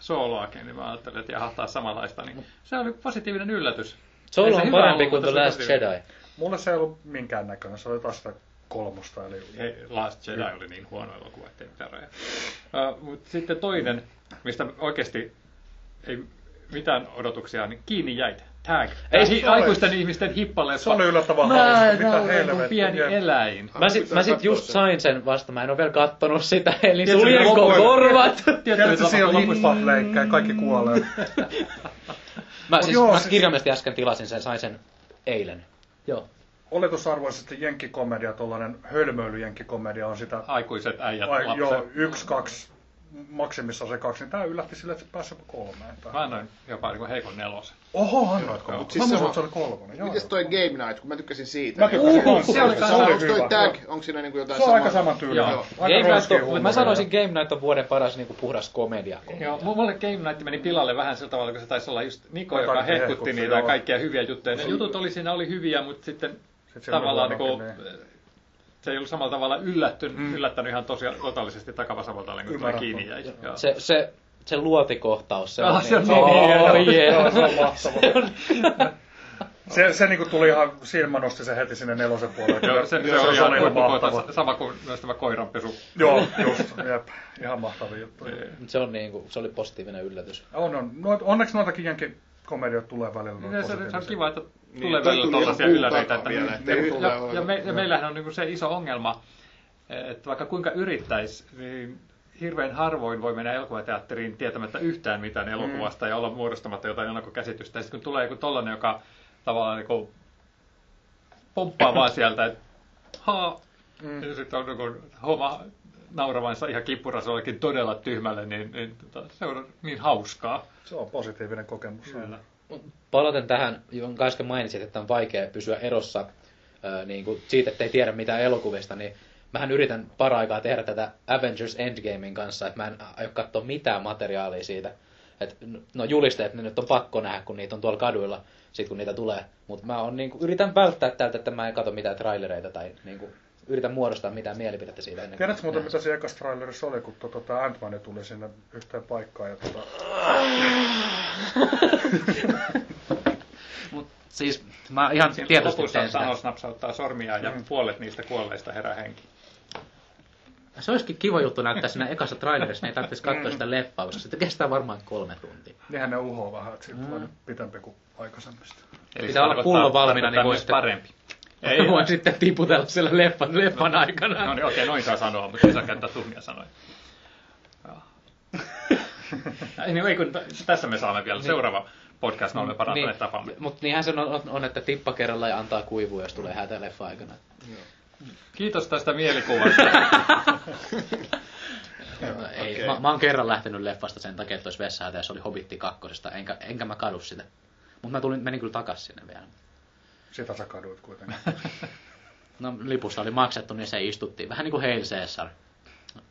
Speaker 4: sooloakin, niin mä ajattelin, että jaha, taas samanlaista. Niin se oli positiivinen yllätys.
Speaker 3: Solo
Speaker 4: Ei se
Speaker 3: on
Speaker 4: hyvä
Speaker 3: parempi
Speaker 4: ollut,
Speaker 3: kuin
Speaker 4: mutta
Speaker 3: The
Speaker 4: se oli
Speaker 3: Last
Speaker 4: positiivinen.
Speaker 3: Jedi.
Speaker 5: Mulle se ei ollut minkään näköinen, se oli taas sitä kolmosta. Eli
Speaker 4: Ei, Last Jedi oli niin huono elokuva, ettei mitään rajaa. Uh, mutta sitten toinen, mistä oikeasti ei mitään odotuksia, niin kiinni jäit. Tag. Ei, hi, aikuisten ihmisten hippaleet.
Speaker 5: se on yllättävän hauska, mitä helvettiä.
Speaker 4: pieni eläin.
Speaker 3: Mä sit, mä sit just sain sen vasta, mä en oo vielä kattonut sitä, eli
Speaker 5: Tiedätkö,
Speaker 3: suljenko
Speaker 5: loppujen-
Speaker 3: korvat?
Speaker 5: Tiedätkö,
Speaker 4: Tietysti
Speaker 5: siinä on
Speaker 4: lopussa-
Speaker 5: hippat leikkää, kaikki kuolee.
Speaker 3: Mä
Speaker 5: Mut
Speaker 3: siis,
Speaker 5: joo,
Speaker 3: mä
Speaker 5: siis-
Speaker 3: kirjaimesti äsken tilasin sen, sain sen eilen. Joo.
Speaker 5: Oletusarvoisesti jenkkikomedia, tuollainen hölmöilyjenkkikomedia on sitä
Speaker 4: Aikuiset äijät
Speaker 5: Ai,
Speaker 4: Ai,
Speaker 5: joo, yksi, kaksi, maksimissa se kaksi, niin tämä yllätti sille, että se pääsi jopa kolmeen. Tai...
Speaker 4: Mä annoin jopa niin kuin heikon nelosen.
Speaker 5: Oho, annoitko?
Speaker 4: Joo,
Speaker 5: Mut
Speaker 6: siis
Speaker 5: Mä
Speaker 6: se
Speaker 5: muistan,
Speaker 6: on-
Speaker 5: että se oli kolmonen. Joo,
Speaker 6: Mites
Speaker 5: joo.
Speaker 6: toi Game Night, kun mä tykkäsin siitä.
Speaker 5: Mä tykkäsin
Speaker 6: Niin-
Speaker 5: kanssa.
Speaker 6: Se oli
Speaker 5: Se oli
Speaker 6: Onko toi
Speaker 5: hyvä,
Speaker 6: tag,
Speaker 5: joo.
Speaker 6: onko siinä niinku jotain
Speaker 5: Se on aika
Speaker 6: samaa?
Speaker 5: sama tyyli.
Speaker 4: Joo.
Speaker 5: Aika
Speaker 3: Game Night
Speaker 5: roiskia
Speaker 3: on,
Speaker 5: huumoria.
Speaker 3: mä sanoisin Game Night on vuoden paras niinku puhdas komedia.
Speaker 4: Joo, mulle Game Night meni pilalle vähän sillä tavalla, kun se taisi olla just Niko,
Speaker 5: Jotain
Speaker 4: joka hehkutti
Speaker 5: hehkutti,
Speaker 4: niitä
Speaker 5: joo.
Speaker 4: kaikkia hyviä juttuja. Ne jutut oli siinä oli hyviä, mutta sitten
Speaker 5: Sit se oli
Speaker 4: tavallaan niin kuin,
Speaker 5: huonokin,
Speaker 4: se ei ollut samalla tavalla yllättynyt, mm. yllättänyt ihan tosiaan totaalisesti takavasavaltalle, kun tulee
Speaker 5: Ymmärrän
Speaker 4: kiinni
Speaker 5: tuon.
Speaker 4: jäi. Joo.
Speaker 3: Se, se, se luotikohtaus, se
Speaker 4: Ah,
Speaker 3: on
Speaker 4: se on
Speaker 3: niin, oh,
Speaker 4: niin,
Speaker 3: yeah.
Speaker 5: Joo, se on mahtava. Se, se niinku tuli ihan, silmä nosti se heti sinne nelosen puolelle.
Speaker 4: Joo, se, se,
Speaker 5: Joo,
Speaker 4: oli ihan
Speaker 5: ihan niinku
Speaker 4: huippukohta,
Speaker 5: mahtava.
Speaker 4: sama kuin myös tämä koiranpesu.
Speaker 5: Joo, just, jep. Ihan mahtavia juttuja.
Speaker 3: Mut se, on niinku, se oli positiivinen yllätys.
Speaker 5: On, on. No, onneksi noitakin jenkin komedioita tulee välillä. noita
Speaker 4: Se, se on
Speaker 5: positiivisia.
Speaker 4: kiva, että
Speaker 6: Niin,
Speaker 4: tulee
Speaker 6: toi
Speaker 4: välillä
Speaker 6: tuli ihan
Speaker 4: tuollaisia
Speaker 6: puun
Speaker 4: ylläreitä.
Speaker 6: takaa
Speaker 4: Että,
Speaker 6: vielä,
Speaker 4: niin,
Speaker 6: ettei
Speaker 4: niin,
Speaker 6: tule
Speaker 4: ja,
Speaker 6: olemaan.
Speaker 4: ja, me, ja meillähän on niin se iso ongelma, että vaikka kuinka yrittäisi, niin hirveän harvoin voi mennä elokuvateatteriin tietämättä yhtään mitään
Speaker 6: Mm.
Speaker 4: elokuvasta ja olla muodostamatta jotain ennakkokäsitystä. Ja sitten kun tulee joku tollainen, joka tavallaan niin kuin pomppaa vaan sieltä, että haa, mm. ja sitten on niin kuin homma nauravansa ihan kippurassa jollekin todella tyhmälle, niin, niin tota, se on niin hauskaa.
Speaker 5: Se on positiivinen kokemus.
Speaker 3: Palaten tähän, jonka äsken mainitsit, että on vaikea pysyä erossa ää, niin kuin siitä, että ei tiedä mitään elokuvista, niin mähän yritän paraikaa tehdä tätä Avengers Endgamein kanssa, että mä en aio katsoa mitään materiaalia siitä. Et, no julisteet, ne nyt on pakko nähdä, kun niitä on tuolla kaduilla, sit kun niitä tulee. Mutta mä on, niin kuin, yritän välttää tältä, että mä en katso mitään trailereita tai niin kuin, yritän muodostaa mitään mielipidettä siitä ennen kuin
Speaker 5: Tiedätkö muuten,
Speaker 3: näen
Speaker 5: mitä se ekas trailerissa oli, kun tuota, tää Ant-Man tuli sinne yhteen paikkaan? Ja, tuota,
Speaker 3: Mut siis mä ihan
Speaker 4: Siinä
Speaker 3: tietysti Mm.
Speaker 4: lopussa
Speaker 3: teen sitä.
Speaker 4: Thanos napsauttaa sormia ja puolet niistä kuolleista herää henki.
Speaker 3: Se olisikin kiva juttu näyttää siinä ekassa trailerissa, ne ei tarvitsisi katsoa sitä leppausta. Sitä kestää varmaan kolme tuntia.
Speaker 5: niinhän ne uhoo vähän, että siitä
Speaker 4: Mm.
Speaker 5: tulee nyt pitempi kuin aikaisemmista.
Speaker 4: Eli
Speaker 3: Pitää olla pullo
Speaker 4: tarkoittaa-
Speaker 3: valmiina, niin
Speaker 4: tarkoittaa
Speaker 3: voi
Speaker 4: myös
Speaker 3: sitten-
Speaker 4: parempi.
Speaker 3: Ei, voi sitten tiputella sillä leffan, leffan aikana.
Speaker 4: No niin, okei, noin saa sanoa, mutta ei saa käyttää tuhmia sanoja. Joo.
Speaker 3: Ah.
Speaker 4: Ei, niin, ei, kun t- tässä me saamme
Speaker 3: Niin.
Speaker 4: vielä seuraava podcast, me olemme parantaneet niin. tapamme.
Speaker 3: mutta niinhän se on, on, on, että tippa kerralla ja antaa kuivua, jos tulee hätä leffa aikana.
Speaker 4: Kiitos tästä mielikuvasta.
Speaker 3: No, ei, okay. mä, mä, oon kerran lähtenyt leffasta sen takia, että olisi vessahätä ja se oli Hobitti kakkosesta, enkä, enkä mä kadu sitä. Mutta mä tulin, menin kyllä takas sinne vielä.
Speaker 5: Sitä sä kaduit kuitenkin.
Speaker 3: No lipussa oli maksettu, niin se istuttiin. Vähän niin kuin Hail Caesar.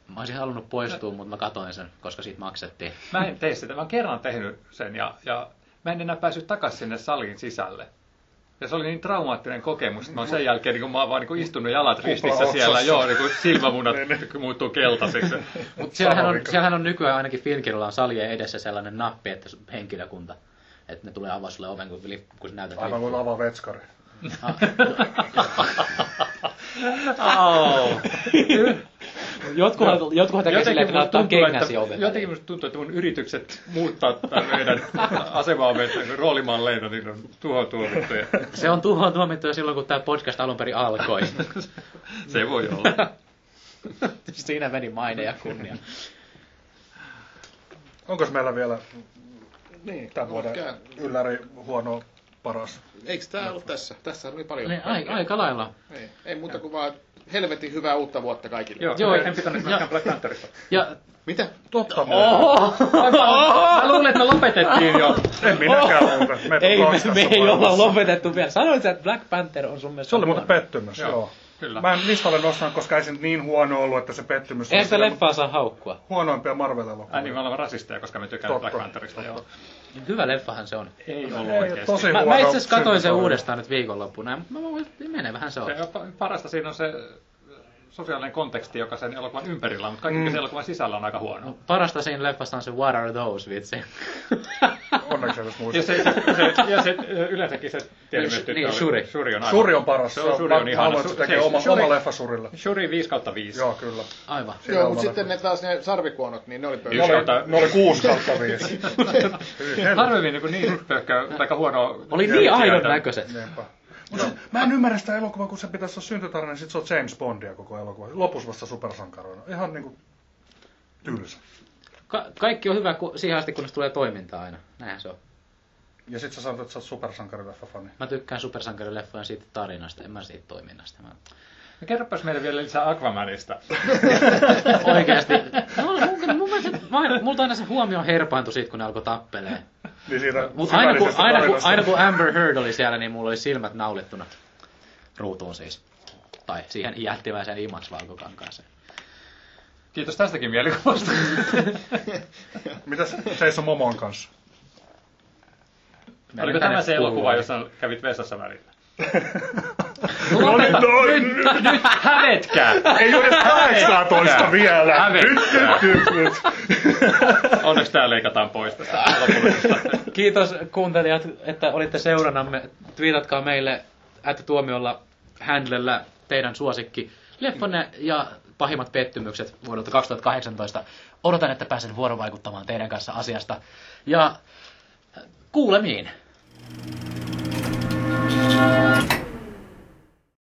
Speaker 3: Mä olisin halunnut
Speaker 4: No.
Speaker 3: poistua, mutta mä katoin sen, koska siitä maksettiin.
Speaker 4: Mä en tee sitä, mä oon kerran tehnyt sen ja, ja mä en enää päässyt takaisin sinne salin sisälle. Ja se oli niin traumaattinen kokemus, että mä oon sen jälkeen, niin kun mä oon vaan niin kuin istunut jalat ristissä
Speaker 5: otsassa.
Speaker 4: siellä, joo, niin kuin silmämunat muuttuu keltaisiksi.
Speaker 3: Mutta siellähän on,
Speaker 5: Saloniko.
Speaker 3: siellähän on nykyään ainakin Finkirilla on salien edessä sellainen nappi, että sun henkilökunta, että ne tulee avaa sulle oven, kun, li- kun sä näytät
Speaker 5: Aivan kuin
Speaker 3: lippua.
Speaker 5: lava vetskari.
Speaker 4: Oh.
Speaker 3: Jotkuhan, jotkuhan tekee silleen, että ne
Speaker 4: musta
Speaker 3: ottaa
Speaker 4: tuntuu, että,
Speaker 3: kengäsi oven.
Speaker 4: jotenkin musta tuntuu, että mun yritykset muuttaa tämän meidän asemaa meidän roolimalleina, niin on tuho tuomittu. ja
Speaker 3: Se on tuhoon tuomittu jo silloin, kun tämä podcast alun perin alkoi.
Speaker 4: Se voi olla.
Speaker 3: Siinä meni maine ja kunnia.
Speaker 5: Onko meillä vielä
Speaker 6: Niin,
Speaker 5: tämän vuoden
Speaker 6: Mikä-
Speaker 5: ylläri huono paras?
Speaker 6: Eikö tää ollut tässä? Tässä oli paljon.
Speaker 3: Niin, ai- aika lailla.
Speaker 6: Ei, ei muuta kuin vaan helvetin hyvää uutta vuotta kaikille.
Speaker 4: Joo,
Speaker 3: Joo.
Speaker 4: Joo en pitänyt myöskään Black Pantherista.
Speaker 3: Ja
Speaker 6: Mitä?
Speaker 5: Totta muuten.
Speaker 4: Mä luulen, että me lopetettiin jo.
Speaker 5: En minäkään muuta. Me
Speaker 3: Oh! ei, me,
Speaker 5: toistassa
Speaker 3: me ei
Speaker 5: maailmassa.
Speaker 3: olla lopetettu vielä. Sanoit sä, että Black Panther on sun mielestä...
Speaker 5: Se oli muuten pettymys,
Speaker 4: Joo,
Speaker 5: joo.
Speaker 4: kyllä.
Speaker 5: Mä en listalle nostanut, koska ei se nyt niin huono ollut, että se pettymys
Speaker 3: Eihän sitä
Speaker 5: kyllä
Speaker 3: leffaa saa haukkua.
Speaker 5: huonoimpia
Speaker 4: Ai niin, me
Speaker 5: Marvel-elokuvia.
Speaker 4: olemme rasisteja, koska me tykkäämme
Speaker 5: Totta.
Speaker 4: Black Pantherista. Joo.
Speaker 3: Hyvä leffahan se on.
Speaker 4: Ei ollut
Speaker 5: Ei,
Speaker 4: oikeasti.
Speaker 5: tosi
Speaker 3: Mä,
Speaker 5: huono.
Speaker 3: mä itse asiassa katsoin sen
Speaker 5: syntytarina.
Speaker 3: uudestaan nyt viikonloppuna, mutta mä voin, menee vähän se on.
Speaker 4: Se on pa- Parasta siinä on se sosiaalinen konteksti, joka sen elokuvan ympärillä on, mutta kaikki, mikä sen elokuvan sisällä on aika
Speaker 3: No.
Speaker 4: huono.
Speaker 3: Parasta siinä leffasta on se What are those, vitsi.
Speaker 5: Onneksi edes
Speaker 4: Ja
Speaker 5: muista.
Speaker 4: se, se, se, ja se ö, yleensäkin se tiedemyytty.
Speaker 3: niin, Shuri.
Speaker 4: Shuri on, aivan-
Speaker 5: Suri on paras.
Speaker 4: Se on, Shuri on
Speaker 5: mä
Speaker 4: ihana. Siis
Speaker 5: haluan, että se tekee oma,
Speaker 4: Shuri-
Speaker 5: oma leffa Surille.
Speaker 4: Shuri 5 kautta 5.
Speaker 5: Joo, kyllä.
Speaker 3: Aivan.
Speaker 5: on
Speaker 6: Joo, mutta
Speaker 5: molemmat.
Speaker 6: sitten ne taas ne sarvikuonot, niin ne oli
Speaker 5: Ne
Speaker 6: pöydällä.
Speaker 5: oli,
Speaker 4: kautta-
Speaker 5: ne oli 6 kautta 5.
Speaker 4: Harvemmin niin, niin pöhkö, aika huono.
Speaker 3: Oli niin
Speaker 4: sieltä.
Speaker 3: aidon näköiset.
Speaker 5: Niinpä. Mutta mä en ymmärrä sitä elokuvaa, kun se pitäisi olla syntytarina, niin sit se on James Bondia koko elokuva. Lopussa vasta supersankaroina. Ihan niinku tylsä.
Speaker 3: Ka- kaikki on hyvä ku- siihen asti, kunnes tulee toimintaa aina. Näinhän se on.
Speaker 5: Ja sit sä sanot, että sä oot supersankarileffa fani.
Speaker 3: Mä tykkään supersankarileffojen siitä tarinasta, en mä siitä toiminnasta. Mä...
Speaker 4: No Kerropas meille vielä lisää Aquamanista.
Speaker 3: Oikeasti. Mulla- No, mun- mun mielestä- mä aina- Multa aina se huomio herpaantui siitä, kun ne alkoi tappeleen.
Speaker 5: Niin siitä
Speaker 3: Mutta aina, kun,
Speaker 5: syvällisestä
Speaker 3: aina, kun,
Speaker 5: tarinasta.
Speaker 3: aina kun Amber Heard oli siellä, niin mulla oli silmät naulittuna ruutuun siis. Tai siihen jättimäiseen imansvalkokankaaseen.
Speaker 4: Kiitos tästäkin mielikuvasta.
Speaker 5: Mitäs Jason Momon kanssa?
Speaker 3: Mä
Speaker 4: Oliko
Speaker 3: en
Speaker 4: tämä
Speaker 3: tänne
Speaker 4: se elokuva,
Speaker 3: kuulu.
Speaker 4: jossa kävit vessassa välillä?
Speaker 5: No niin, no, nyt,
Speaker 4: Hävetkää!
Speaker 5: ei ole edes 18 vielä. Nyt, nyt, nyt, nyt.
Speaker 4: Onneksi tämä leikataan pois tästä lopullisesta.
Speaker 3: Kiitos kuuntelijat, että olitte seurannamme. Twiitatkaa meille, että tuomiolla handlellä teidän suosikki leffanne ja pahimmat pettymykset vuodelta 2018. Odotan, että pääsen vuorovaikuttamaan teidän kanssa asiasta. Ja kuulemiin!